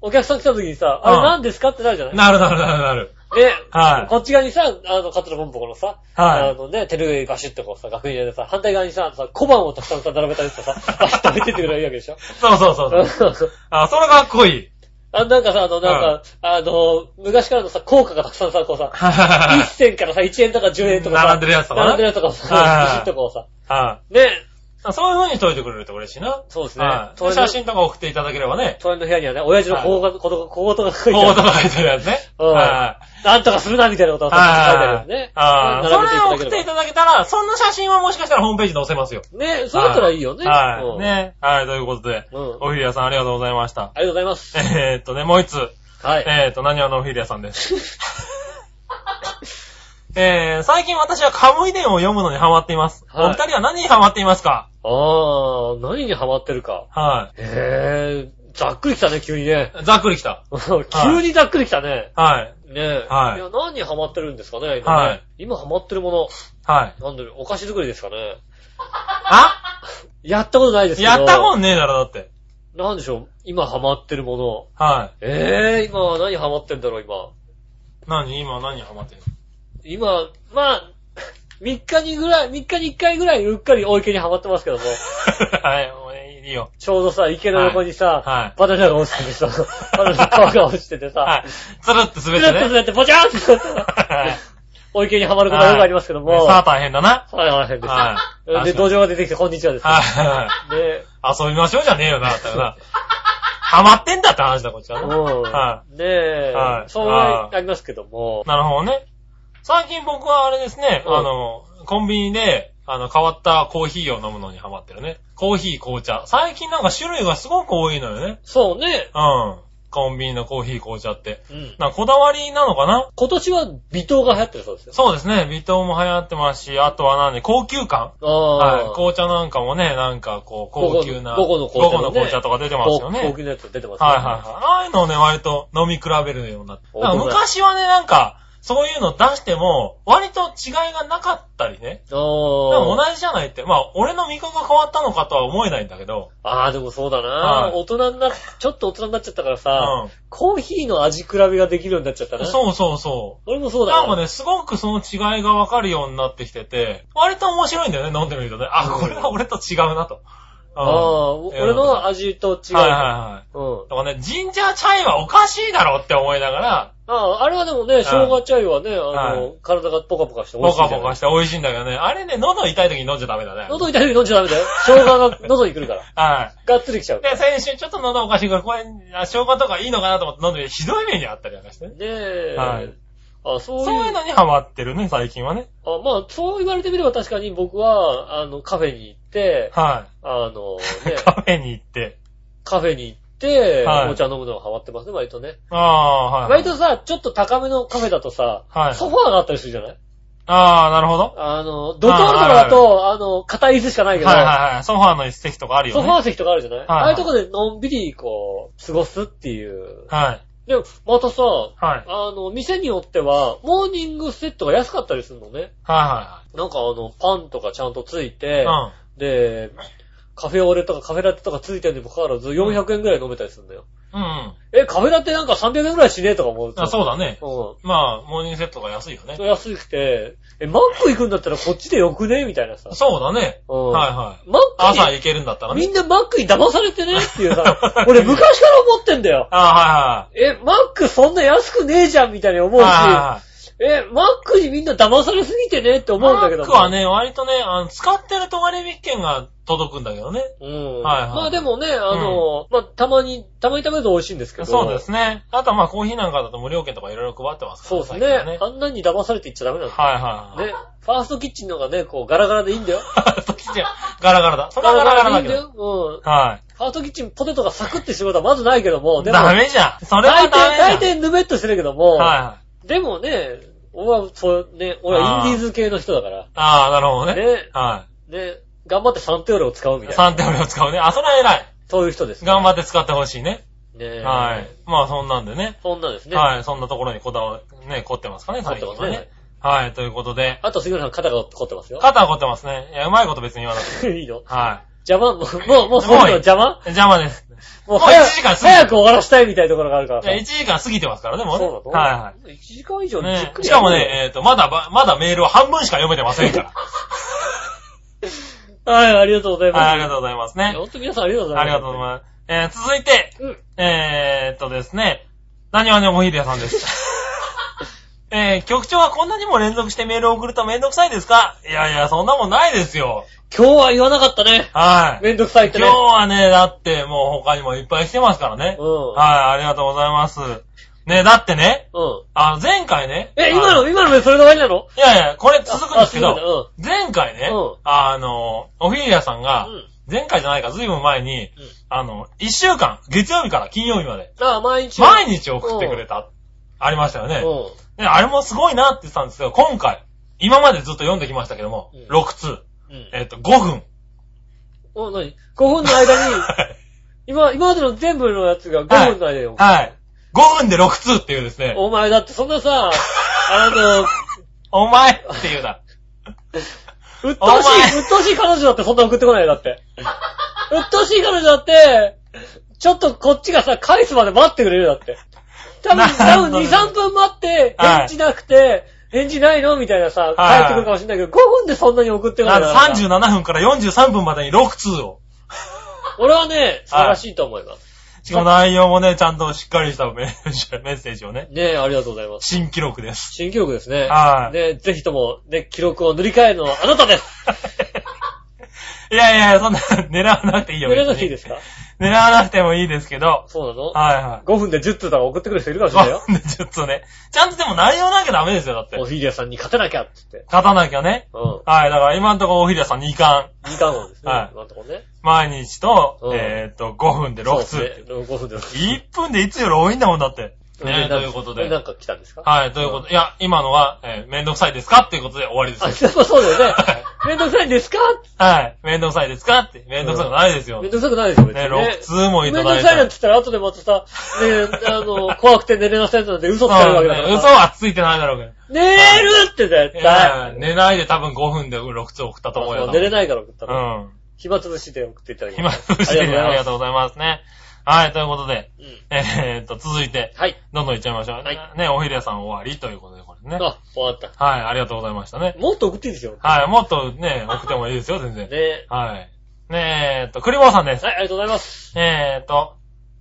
お客さん来た時にさ、うんあれ何ですかってなるじゃないなるなるなるなる。で、はいこっち側にさ、あの、カットのポンポコのさ、はいあのね、手拭いバシッとこうさ、学院でさ、反対側にさ、さ小判をたくさんさ、並べたりとかさ、バシッと置いてってくれるわけでしょそうそう そうそう。あ、それかっこいい。あなんかさ、あの、なんか、あの、昔からのさ、効果がたくさんさ、こうさ、はい はい1銭からさ、1円とか10円とかさ、並んでるやつとかね並んでるやつとかさ、はいビシッとこうさ。はね、い。そういう風にしといてくれると嬉しいな。そうですねはい。それでで写真とか送っていただければね。隣の部屋にはね、親父の小言が、小言が書いて大あ音る。が入ってるやつね。 うんはなんとかするな、みたいなことい。が書いてあるはやつい。ね。ああ、そ並べていれたをだ送けっばていただけたら、そんな写真はもしかしたらホームページに載せますよ。ね、そうだったらいいよね。はい。うんね。はい、ということで、うんオフィリアさんありがとうございました。ありがとうございます。えーっとね、もう一つ。はい。えーっと、何はのオフィリアさんです。 えー、最近私はカムイ伝を読むのにハマっています。はいお二人は何にハマっていますかあー、何にハマってるか。はへー、ざっくりきたね、急にね。 い。ざっくりきた。急にざっくりきたね。はい。ねえ。はいや、何にハマってるんですかね、今ね。はい今ハマってるも はい。の、なんだろう、お菓子作りですかね。あやったことないですけど。やったもんねえだろ、だって。なんでしょう、今ハマってるもの。はええー、今何ハマってんだろう、今。い。何今何にハマってる今、まあ、3日にぐらい、3日に1回ぐらいうっかりお池にハマってますけども、の はい、もういいよ。ちょうどさ、池の横にさ、はいはいバナナが落ちてて さ、バナナの皮が落ちててさ、はい。つるってず滑らっっとてずね。らって、ぼちゃーんってなってはいお池にはまることがよくありますけども、ねさあは大変だな。い、はい、変です。はい。で、確土壌が出てきて、こんにちはです。かにはい。で、遊びましょうじゃねえよな、だったらな。ハマってんだって話だ、こっちはね。はうん。では、いそうはありますけどもい。、なるほどね。最近僕はあれですね、うんあの、コンビニで、あの、変わったコーヒーを飲むのにハマってるね。コーヒー、紅茶。最近なんか種類がすごく多いのよね。そうね、うん。コンビニのコーヒー、紅茶って。うん。なんかこだわりなのかな今年は微糖が流行ってるそうですよ。そうですね。微糖も流行ってますし、あとは何高級感ああ、はい。紅茶なんかもね、なんかこう、高級な。午後の紅茶午もね後の紅茶とか出てますよね。高級なやつ出てますはいはいはい。ああいうのをね、割と飲み比べるようになって。おなんか昔はね、なんか、そういうの出しても、割と違いがなかったりね。い。おなんか同じじゃないって。まあ、俺の味覚が変わったのかとは思えないんだけど。ああ、でもそうだな、はい大人にな、ちょっと大人になっちゃったからうさ、ん。コーヒーの味比べができるようになっちゃったね。う。そうそうそ俺もそうう。だなんかね、すごくその違いがわかるようになってきてて、割と面白いんだよね、飲んでみるとね。あ、これは俺と違うなと。うんああ、俺のは味と違。いうはいはい。うん。だからね、ジンジャーチャイはおかしいだろって思いながら、ああ、あれはでもね、生姜チャイはね、あの、は体がポカポカして美ポ味しいじゃカん。ポカして美味しいんだけどね。あれね、喉痛い時に飲んじゃダメだね。喉痛い時飲んじゃダメだよ。生姜が喉に来る から。はがっつり来ちゃうい。。で、先週ちょっと喉おかしいから、これ、あ生姜とかいいのかなと思って飲んでみて、ひどい目にあったりなんかしてね。ねえ。はいあ、そういう。そういうのにハマってるね、最近はね。あまあ、そう言われてみれば確かに僕は、あの、カフェに行って、はあの、い。ね、カフェに行って。カフェに行って、はいお茶飲むのがハマってますね、割とね。ああ、はい。割とさ、ちょっと高めのカフェだとさ、はいソファーがあったりするじゃないああ、なるほど。あの、ドトールとかだと、あの、硬い椅子しかないはいけど、はいはい。ソファーの一席とかあるよソね。ファー席とかあるじゃない、いああいうとこでのんびり、こう、過ごすっていう。はい。でも、またさ、はい。はいあの、店によっては、モーニングセットが安かったりするのね。はなんかあの、パンとかちゃんとついいて、はい。で、カフェオレとかカフェラテとかついてるにもかかわらず、400円くらい飲めたりするんだよ。うん。うんうん。え、カフェラテなんか300円くらいしねえとか思うと。あ、そうだね。う。まあ、モーニングセットが安いよねん。。安くて、え、マック行くんだったらこっちでよくねみたいなさ。そうだね。うん。はいはい。マックに朝行けるんだったらみね。んなマックに騙されてねっていう さ、俺昔から思ってんだよ。あえ、マックそんな安くねえじゃんみたいに思ーはいうはい。し、あえ、マックにみんな騙されすぎてねってー思うんマだけッど。クは。ね、割とね、あの、使ってる尖りビッケンが届くんだけどね。うん。はいはいまあでもね、あの、まあたまに、たまに食べると美味しいんですけど。そうですね。あとはまあ、コーヒーなんかだと無料券とかいろいろ配ってますかそうらです最近はね。あんなに騙されていっちゃダメなんだ。はいはいはい。ね。ファーストキッチンの方がね、こうガラガラでいいんだよ。 そっちじゃ、ガラガラだ。それはガラガラだでけいいんだど。よ。うん。はファーストキッチンポテトがサクって仕事はまずないけども、い。でも、ダメじゃん。それは大ダメ体、じゃん。大体ぬめっとしてるけども、はいはい。でもね、俺は、そう、ね、俺はインディーズ系の人だかああ、なるほどら、ね。ね、はね、頑張ってサンテオレを使うみい。たいな。 3手俺を使うね。あ、それは偉い。そういう人です。頑張って使ってほしいね。ねはい。。まあ、そんなんでね。そんなですね。い。はい。そんなところにこだわり、ね、凝ってますかね、最近ってますはねね。。はい。ということで、あと、杉村さん肩が凝ってますよ。肩は凝ってますね。いや、うまいこと別に言わなくて。 いいのは邪魔もう、もう、もう、そういうの邪魔い。邪魔です。もうもう早一時間過く、ぎ早く終わらしたいみたいなところがあるからいさ。や、1時間過ぎてますからね、もうね。そうだはいはい。と。1時間以上じっねく、りしやかるもよ。ね、えっ、と、まだば、まだメールを半分しか読めてませ んから。はい、ありがとうございます。はい、ありがとうございますね。本当皆さんありがとうござあいます。りがとうございます。えー、続いて、うんえーっとですね、何はねもひでやさんです。 えー、局長はこんなにも連続してメールを送るとめんどくさいですかいやいや、そんなもんないですよ。今日は言わなかったね。はい。めんどくさいって今ね日。はね、だってもう他にもいっぱい来てますからね。うん。はい、ありがとうございます。ね、だってね、うん。あの、前回ね。え、あ今の、今のでそれで終わりなのいやいや、これ続くんですけああすごいど、な前回ねうん、あの、オフィリアさんがうん、前回じゃないか、ずいぶん前にうん、あの、一週間、月曜日から金曜日まで、うん。ああ、毎日。毎日送ってくれた、ありましたよね。うねあれもすごいなって言ってたんですけど、今回、今までずっと読んできましたけどもうん、 6通、ん。うん。えっと、5分。 お、なに ?5 分の間に、 今、今までの全部のやつが5分の間よ。はい。5分で6通っていうですね、お前だってそんなさ、あお前っていうな。の、うっとうしおい、うっとうしい彼女だってそんな送ってこないよ、だ って。うっとうしい彼女だって、ちょっとこっちがさ、返すまで待ってくれるよだって。多分、なる多ほど分ね2、3分待って、はい返事なくて、返事ないのみたいなさ、はい帰ってくるかもしれないけど、5分 でそんなに送ってこなないんかでら37分から43分までに6通を。俺はね、素晴らしいと思います。しかも内容もね、ちゃんとしっかりしたメッセージメッセージをね、 ねえ、ありがとうございます。新記録です。新記録ですね。はい。ね、ぜひとも、ね、記録を塗り替えるのはあなたですいやいや、そんな、 狙わなくていいよ。塗らなくていいですすか狙わなくてもいいですけど、そうなのはいはい。 ?5 分で10通とか送ってくる人いるかもしれない よ。そうねちょっとね。ちゃんとでも内容なきゃダメですよ、だって。オ勝フィリアさんに勝てなきゃって言って。たなきゃね。うん。はい、だから今んところ大平さん2巻。 2巻をですね。はい今のところね。毎日と、うんえーっと、5分で6そうです通。ね。5分で6通。 1分でいつより多いんだもんだって。ねんということでなん。か来たんですかはい、ということで。いや、今のは、えーめんどくさいですかっていうことで終わりですあ、よ。やっぱそうだよねはい。めんどくさいんですかはい。めんどくさいですかって。めんどくさくないですよ。めんね、どくさくないですよ、別にね。 6通もめいんどたくさだいいたなんて言ったら後でまたさ、ねえ、あの、怖くて寝れなさいなんて嘘つかれるわけだからうん嘘さ。はついてないだろうけど。寝れるって絶いや対。寝ないで多分5分で6つ送ったと思うよ。あ寝れないから送ったうの。ん。暇つぶしで送っていただき今まのした。節でありがとううございますね。はい、ということで、ございます。えーっと、続いてうん、はい。どんどんいっちゃいましょう。はいね、おひれさん終わりということで、これね。はい、あ、終わった。ありがとうございましたね。もっと送っていいですよ。はい、もっとね、送ってもいいですよ、全然。ねはい。ねえ、えーっと、クリボーさんです。はい、ありがとうございます。えーっと、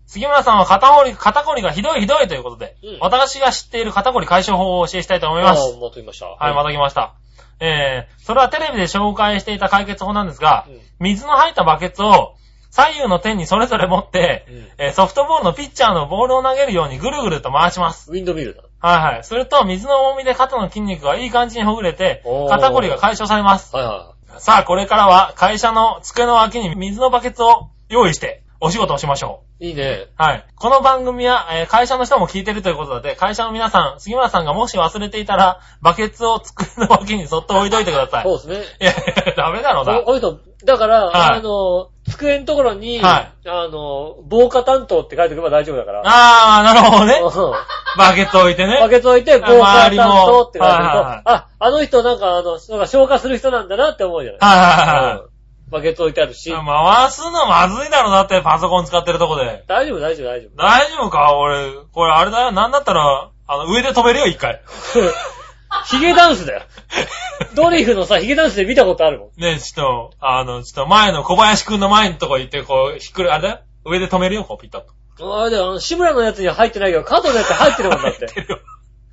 杉村さんは肩こり、肩こりがひどいひどいということで、うん私が知っている肩こり解消法を教えしたいと思いますあ。まとめました。はい、また来ました。えー、それはテレビで紹介していた解決法なんですが、うん水の入ったバケツを左右の手にそれぞれ持って、うんえーソフトボールのピッチャーのボールを投げるようにぐるぐると回します。ウィンドミルだ。はいはい。すると、水の重みで肩の筋肉がいい感じにほぐれてお、ー肩こりが解消されます。はいはさあ、これからは会社の机の脇に水のバケツを用意して、お仕事をしましょう。い。いいね。はい。この番組は、えー会社の人も聞いてるということで、会社の皆さん、杉村さんがもし忘れていたら、バケツを机の脇にそっと置いといてください。そいうですね。やいやいや、ダメだろうこな。この人、だから、はいあの、机のところに、はあの、防火担当って書いておけば大丈夫だから。あー、なるほどね。うんバケツ置いてね。バケツ置いて、防火担当って書いてると、周りもはいはいはいあ、あの人なんかあの、なんか消化する人なんだなって思うじゃないはいはいはいはうんバケット置いてあるし。回すのまずいだろ、だってパソコン使ってるとこで。大丈夫、大丈夫、大丈大丈夫か俺、これあれだよ、なんだったら、あの、上で飛べるよ、一回。夫。ヒゲダンスだよ。ドリフのさ、ヒゲダンスで見たことあるもん。ねえ、ちょっと、あの、ちょっと前の小林くんの前のとこ行って、こう、ひっくり、あれだよ上で止めるよ、こう、ピタッと。ああ、でもあの、志村のやつには入ってないけど、加藤のやつ入ってるもんだっ入ってて。るよ。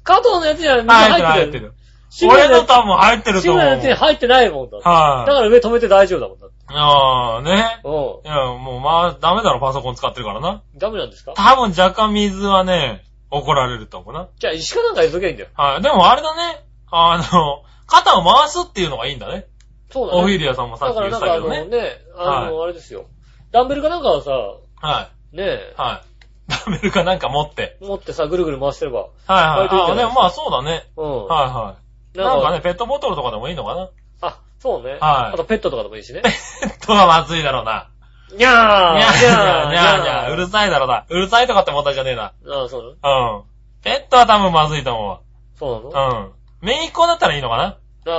加藤のやつにはみんな入ってる、入入っっててる。る。志村俺のやのつ多分入ってる志と思村う。のやつに入ってないもんだって。だはい。から上止めて大丈夫だもんだって。ああ、ね。ういや、もうまあ、ダメだろ、パソコン使ってるからな。ん。ダメなんですか多分若干水はね、怒られると思うな。じゃあ、石川なんかやっとけばいいんだよ。はい。でもあれだね。あの、肩を回すっていうのがいいんだね。そうだね。オフィリアさんもさだっきか言らっなてんたかあけのどね。ね、あの、あれですよ。ダンベルかなんかはさ、はねえい。、はい。ダンベルかなんか持って。持ってさ、ぐるぐる回してれば。はいはい。割といいんじゃあなあ、いでですもまあそうだね。うん。はいはい。なんかね、ペットボトルとかでもいいの かなあ、そうね。はいあとペットとかでもいいしね。ペットはまずいだろうな。にゃーにゃーにゃーにゃーにゃー。うにるさいだろうな。うるさいとかって問題じゃねえな。あ、そうなのうん。ペットは多分まずいと思うわ。そうなのうん。めいっ子だったらいいのか あ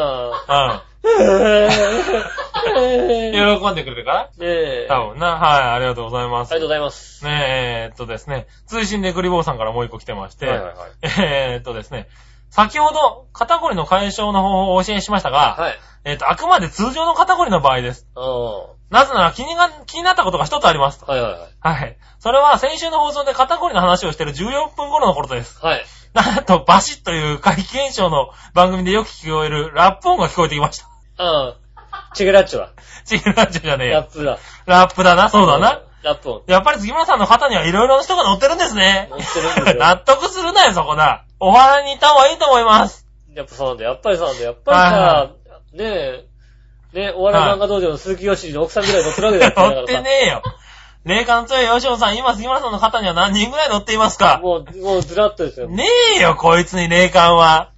なあ。へうえ。ん。ね喜んでくれるかえ。な多分な。はい、ありがとうございまありすがとう。ございます。ねえ、えーっとですね、通信でグリボーさんからもう一個来てまして、はいはいはい。えーっとですね、先ほど肩こりの解消の方法をお教えしましたが、はい。えーっと、あくまで通常の肩こりの場合です。ああ。はなぜなら気にが気になったことが一つありますと。いはいはい。はい。それは先週の放送で肩こりの話をしている14分頃のことです。はい。なんと、バシッという怪奇現象の番組でよく聞こえるラップ音が聞こえてきました。ああ。チゲラッチョだ。チキンラッチョじゃねえラよ。ップだ。ラップだな、そうだな。。ラップ音。やっぱり杉村さんの肩にはいろいろな人が乗ってるんですね。乗ってるんですよ納得す るなよ、そこな。お花にいた方がいいと思 います。やっぱそうなんだよ。やっぱりそうなんだよ。やっぱりさ、ねえ、ねえ、お笑い漫画道場の鈴木よしの奥さんぐらい乗ってるわけだよ。乗ってだかねえよ。霊感強い吉野さん、今杉村さんの肩には何人ぐらい乗っていますらさかもう、もうずらっとですよ。ねえよ、こいつに霊 感は。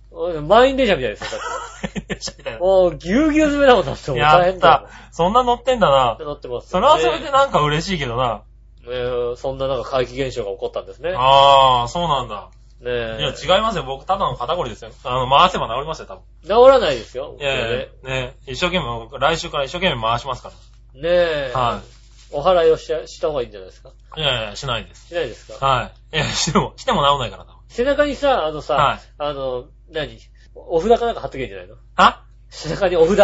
満員電車みたいですよ。だってもう、ぎゅうぎゅう詰めだもんだって、もうや大っ変ただ。。そんな乗ってんだな。乗ってますそよれね、はそれでなんか嬉しいけどな。ねえそんななんか怪奇現象が起こったんですね。ねああ、そうなんだ。いや、え。違いますよ。僕、ただの肩こりですよ。あの、回せば治りますよ、多分。治らないですよ。いやいや、ね一生懸命、僕来週から一生懸命回しますかねえ。ら。はい。お払いをしした方がいいんじゃないですかいやいや、しないです。しないですかはい。いや、しても、しても治んないからな。背中にさ、あのさ、はいあの、何お札かなんか貼っとけばいいんじゃないのは 背中にお札。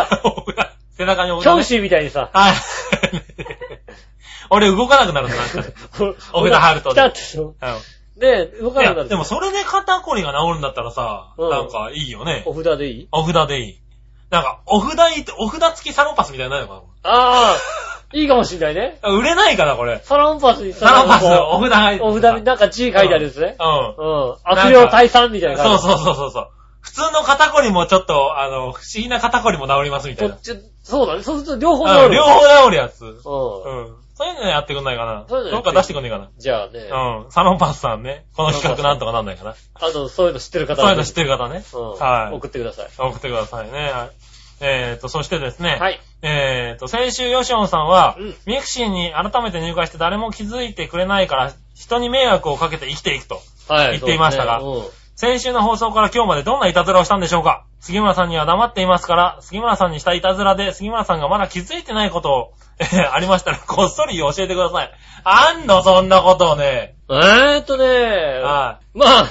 背中に置いキたョねンシーみたいにさ、はい。 俺動かなくなるんだ、なんかね。お札貼るとピタッてそううね動ん。かいなくなや、る。でもそれで肩こりが治るんだったらさ、うんなんかいいよね。お札でいいお札でいい。なんか、お札いいって、お札付きサロンパスみたいなのないのかああ、いいかもしんないね。な売れないかな、これ。サロンパスにさ、サロンパス、なんかお札入ってこうお札になんか字書いてあるやつね。うん。うん。悪霊退散みたいなそ感うじ。そうそうそうそう。普通の肩こりもちょっと、あの、不思議な肩こりも治りますみたいこなっ。ち、そうだね。そうすると両方治うんる。両方治るやつ。うん。うん。そういうのやってくんないかな。そういうのどやっってか出してくんないかじゃあね、な。うん。サロンパスさんね。この企画なんとかなんないかな。あとそういうの知ってる方そういうの知っる。てる方ね。うん。はい送。ってください。送ってくださいね。はいえーと、そしてですね。はい。えーと、先週、ヨシオンさんはうん、ミクシーに改めて入会して誰も気づいてくれないから、人に迷惑をかけて生きていくと。はい。言っていましたがそうですね先週の放送から今日までどんないたずらをしたんでしょうか杉村さんには黙っていますから、杉村さんにしたいたずらで、杉村さんがまだ気づいてないことを、えーありましたら、こっそり教えてください。あんの、そんなことをね。うん。えーっとね、はまあ、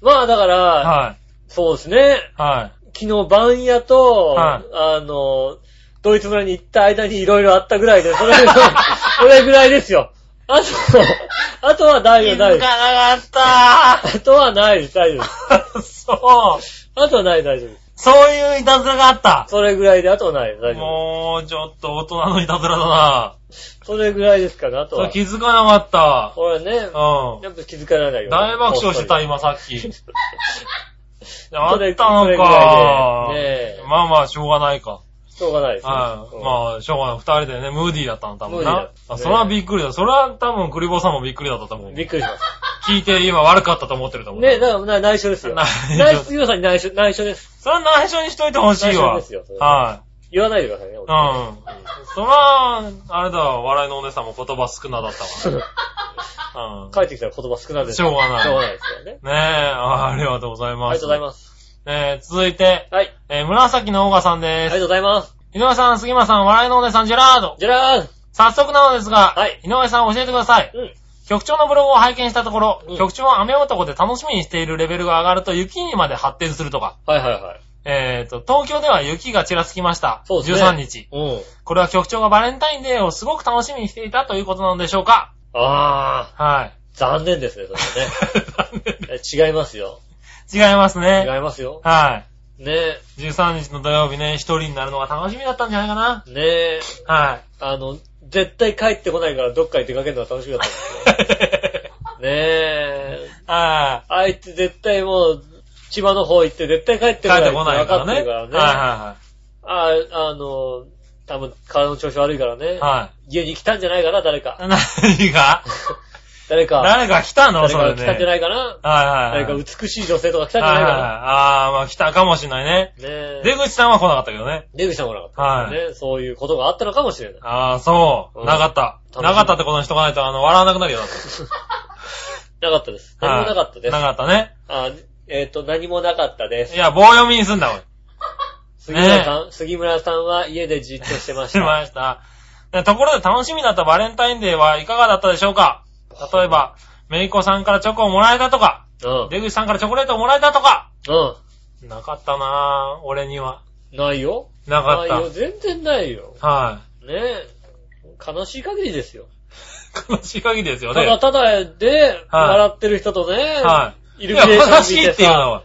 まあだかい。ら、はそうですね。い。は昨日番屋と、はい。あの、ドイツ村に行った間にいろいろあったぐらいで、 それぐらい、それぐらいですよ。あと、あとはないいよ、気づないかよ。なかっあとはないです、大丈夫です。たそう。あとはない、大丈夫です。そういういたずらがあった。それぐらいで、あとはないです、大丈夫でもう、ちょっと大人のいたずらだな。す。それぐらいですから、あとそれは。気づかなかっ。これね、やったうん。ぱ気づかれないよ。大爆笑してた、今さっき。あったのそれぐか。らいでねえまあまあ、しょうがないか。しょうがないですね。はい。まあ、しょうがない。二人でね、ムーディーだったの、多ム分ーディーだなっ。たあそれはびっくりだ。それは多分、クリボーさんもびっくりだったと思う。。うんびっくりしまし聞いて今悪かったと思ってるとた。思う。ね、だからな内緒ですよ。 内内緒。緒内緒、杉浦さんに内緒、内緒です。それは内緒にしといてほしいわ。内緒ですよそれは言わないでくださいね。い。うん。それは、あれだわ、笑いのお姉さんも言葉少なだったわ。うん。帰ってきたら言葉少ないですしょうがないしょうがないですよね。ねえ、あありがとうございあります。がとうございます。す。えー、続いて、はい。えー、紫のオーガさんあでりがとす。うございます。井上さん、杉村さん、笑いのお姉さん、ジェラード。じゃらーん早速なのですが、はい井上さん教えてください。うん。局長のブログを拝見したところ、うん局長は雨男で楽しみにしているレベルが上がると雪にまで発展するとか、はいはいはい。えーと、東京では雪がちらつきました。そうですね13日。うん。これは局長がバレンタインデーをすごく楽しみにしていたということなのでしょうかあはい。ー、残念ですね、それはね。残念え違いますよ。 違います違いね。ますよ。はねえ、い。13日の土曜日ね、一人になるのが楽しみだったんじゃないかな。ねえ、 はい。あの、絶対帰ってこないからどっかに出かけるのが楽しみだったんです よ。ねえ、はあいつ絶対もう、千葉の方行って絶対帰っい。て帰こないってこないからって分ね。かってるからね。はああ、あの、多分体の調子悪いからねいはい。は家に来たんじゃないかな、誰か。い。何が誰か。誰か来たの誰それかね。来たんじゃないかな。はいはいはい。誰か美しい女性とか来たんじゃはないいはいかはい。ああ、まあ来たかもしれないね。な。ねえ。出口さんは来なかったけどね。出口さんもなかったですね。そういうことがあったのかもしれない。ああ、そう。うんなかった。楽しみなかったってことにしとかないと、あの、笑わなくなるよ。だってなかったです。何もなかったですな。かったね。あ、えっ、と、何もなかったですい。や、棒読みにすんだ、俺。杉村さん、杉村さんは家でじっとしてましした。ました。でところで楽しみだったバレンタインデーはいかがだったでしょうか 例えば、メイコさんからチョコをもらえたとか、うん。出口さんからチョコレートをもらえたとか。うなかったなぁ、俺には。ん。ないよ。なかっないよ。た。全然ないよ。はねえ。悲しい限りですよ。い。悲しい限りですよたね。だただで、笑ってる人とね、、はイいい。いルや、ミネーション悲見しいってていうのさ、は。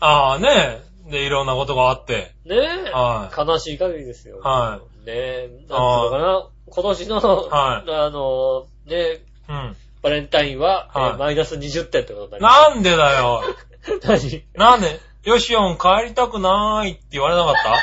ああ、ねえ。で、いろんなことがあって。ねえ、は悲しい限りですよ。。はいねえ、なんつうのかな、今年の、はいあの、ねえ、うん。バレンタインは、はいえーマイナス20点ってことになりまなんでだよ。す。何なんで、よしおん帰りたくなーいって言われなかった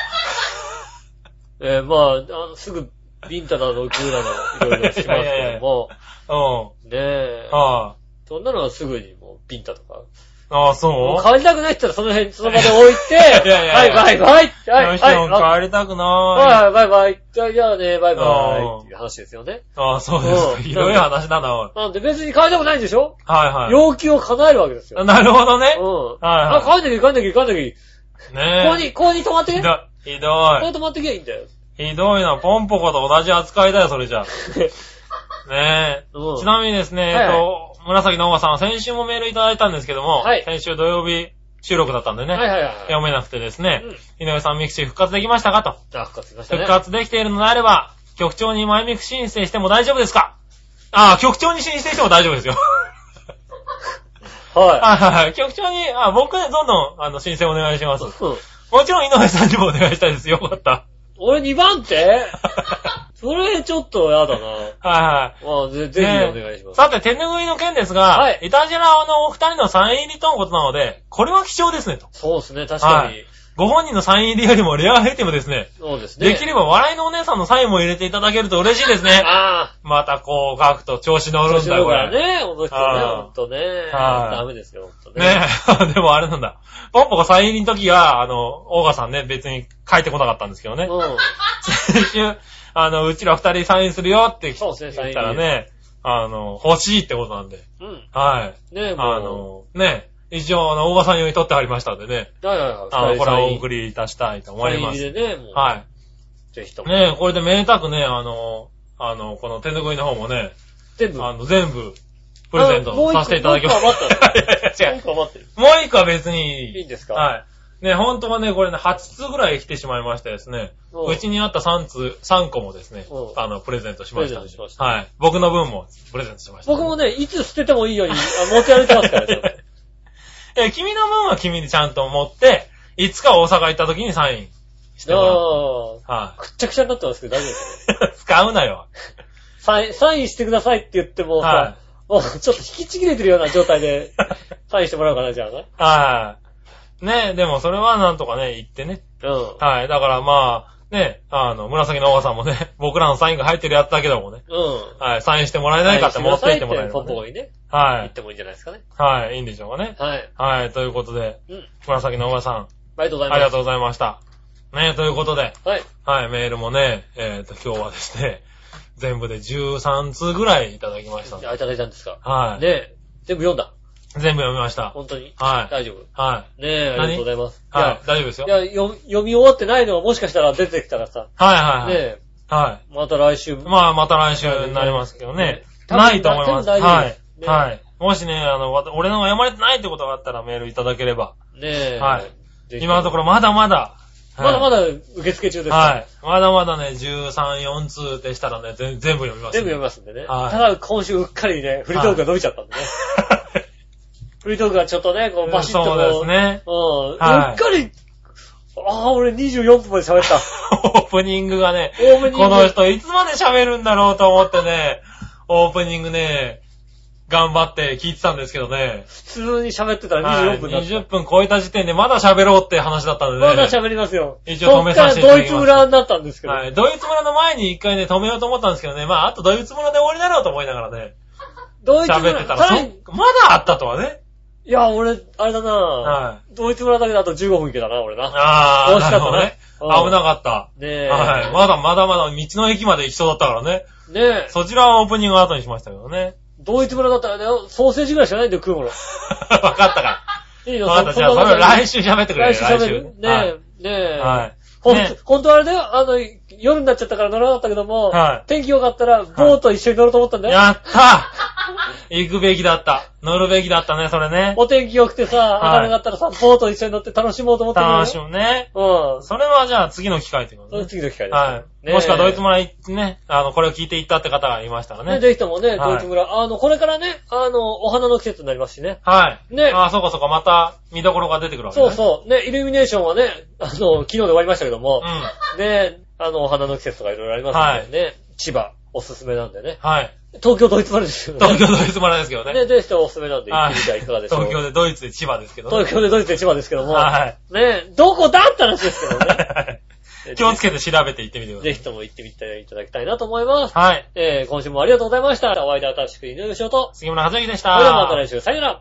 えーまあ、あのすぐ、ビンタなど、グーなど、いろいろし ますけども、うん。ねえ、はい。そんなのはすぐにもう、ビンタとか。ああ、そうもう帰りたくないって言ったらその辺、その場で置いて、 いやいやいやはい、バイバイはよい、しおんはい、帰りたくなーい。はい、バイバイ。じゃあ、じゃあね、バイバイ。っていう話ですよね。ああ、そうですか。うんひどい話だな、おい。なんで別に変えたくないんでしょはいは要求を叶えるわけですよ。い。なるほどうね。ん。はいあ、は帰んなきゃいかんなきゃいかんなきゃいい。い。ここねに、ここに止まって。え。ひこどい。ひどこに止まってきゃいいんだよ。い。ひどいな。ポンポコと同じ扱いだよ、それじゃ。ねえ。うんちなみにですね、はいえっと、紫のおばさん、先週もメールいただいたんですけども、はい先週土曜日収録だったんでね、はいはいは読めなくてですね、い。うん。井上さんミクシー復活できましたかと。あ、復活しましたね。復活できているのであれば、局長にマイミク申請しても大丈夫ですかああ、局長に申請しても大丈夫ですよ。ははいはいはい。局長に、あ僕でどんどん、あの、申請お願いします。い。うん。もちろん井上さんにもお願いしたいです。よか った。俺2番手 それちょっとやだな。はいはい。まあ、ぜぜひねお願いします。さて、手拭いの件ですが、はいイタジラのお二人のサイン入りとのことなので、これは貴重ですね、と。そうですね、確かはに。ご本人のサイン入りよりもレアアイテムですね。そうですね。できれば笑いのお姉さんのサインも入れていただけると嬉しいです ね。ああ。またこう書くと調子乗る面ん白だいよ、こかられ。ねね、この人ね、あほあんとね。はいダメですよ、ほんとね。え、 でもあれなんだ。ポンポコサイン入りの時は、あの、オーガさんね、別に書いてこなかったんですけどね。うん。先週、あの、うちら二人サインするよってそうですねサイン言ったらね、あの、欲しいってことなんで。うん。はい。ねえ、もう。あ、の、ね、一応、あの、大場さん用に取ってありましたんでね、はいはいあはの、い。これはおり送りいたしたいと思います。でね、もう。。はいぜひとい。も。ねこれでめでたくね、あの、あの、この手拭いの方もね、全部。あの、全部、プレゼントさせていただきます。あもう一個もう一個余 いやいや違うなんか待ってる。もう一個は別にいいんですかはい。ね、本当はね、これね、8通ぐらい来てしまいましてですね、うんうちにあった3通、3個もですねう、んあの、プレゼントしましたプレんで。ゼントしましたはい。僕の分もプレゼントしました。僕もね、いつ捨ててもいいように、あ持ち歩いてますからね。 え、君の分は君にちゃんと持って、いつか大阪行った時にサインしてもらう。あはあ。くっちゃくちゃになってますけど大丈夫ですかい。 使うなよ。サイン、サインしてくださいって言ってもはさ、もう ちょっと引きちぎれてるような状態で、サインしてもらおうかな、じゃあね。はい。ねでもそれはなんとかね、行ってね。うん。はい。だからまあ、ねあの、紫のおばさんもね、 僕らのサインが入ってるやつだけどもね、うん。はい、サインしてもらえないかって持っていってもらえる、ポンポね。コにね、は行っい。てもいいんじゃないですかね。はい、いいんでしょうかね。はい。はい、ということで、うん。紫のおばさん、ありがとうございます。ありがとうございました。ねということで、はい。はい、メールもね、えっ、と、今日はですね、全部で13通ぐらいいただきましたんで。あ、いただいたんですか。はい。ねえ、全部読んだ。全部読みました。本当に。はい。大丈夫。はねえ、ありが何とうございます。い。はい。大丈夫ですよ。いはいや、いやよ読み終わってないのはもしかしたら出てきたらさ、はねいはい。え、はまた来週。い。まあ、また来週になりますけどね。多分ないと思います。多分大は丈夫でいす。ねはい。もしね、あの、わた俺のが読まれてないってことがあったらメールいただければ。ねえ。はいぜひ今のところまだまだ。まだまだ。だ受付中です。はい。まだまだね、13、4通でしたらね、全全部読みます。全 部読みますんでね。はいただ今週うっかりね、フリートークが伸びちゃったんでね。フリートークがちょっとね、こうバシッとこそ うですね。うん。うっはいかり、ああ、俺24分まで喋った。オープニングがね、オープニングこの人いつまで喋るんだろうと思ってね、オープニングね、頑張って聞いてたんですけどね。普通に喋ってたらはい24分だった。 20分超えた時点でまだ喋ろうって話だったんでね。まだ喋りますよ。一応止めさせていそたっからドだきますイツ村になったんですけど。はい。ドイツ村の前に一回ね、止めようと思ったんですけどね、まあ、あとドイツ村で終わりだろうと思いながらね、ドイツ喋村、ってたら、さそらっにまだあったとはね。いや、俺、あれだな、はドイツ村だけだと15分いけたな、俺な。ああ、惜なしるかったねほどね。うん危なかった。ねえ。はい。まだまだまだ道の駅まで行きそうだったからね。ねえ。そちらはオープニング後にしましたけどね。ドイツ村だったらね、ソーセージぐらいしかないんだよ、食う もの。わかったかいいら。よ、わかった。じゃあ、それは来週喋ってくれ来る週喋る。ねはい。え、ねえ。はほんね本当はあれだよ、あの、夜になっちゃったから乗らなかったけども、はい天気良かったら、ボート一緒に乗ろうと思ったんい。だよ。やった行くべきだった。乗るべきだったね、それね。お天気良くてさ、はい明るかったらさ、ボート一緒に乗って楽しもうと思ったんだよ。楽しむね。うん。それはじゃあ次の機会というこそとので。次の機会です。はい。ねもしくはドイツ村行ってね、あの、これを聞いて行ったって方がいましたらね、ね。ぜひともね、はいドイツ村、あの、これからね、あの、お花の季節になりますしね。はい。ねああ、そうかそうか、また見どころが出てくるわけそうね。う。そう。ね、イルミネーションはね、あの、昨日で終わりましたけどもう、ん。ね、あの、お花の季節とかいろいろありますんでね、千葉、おすすめなんでね。はい。東京ドイツ村ですよね。 東京ドイツ村ですけどね。ね、ぜひともおすすめなんで、行はっい。てみてはいかがでしょう東京でドイツで千葉ですけどね。東京でドイツで千葉ですけども、はね、どこだったらですけどね。い。 気をつけて調べて行ってみてくださぜい。ひとも行ってみていただきたいなと思います。はい。えー、今週もありがとうございました。お会いで新しく犬の仕事。杉村和之でした。それではまた来週、さよなら。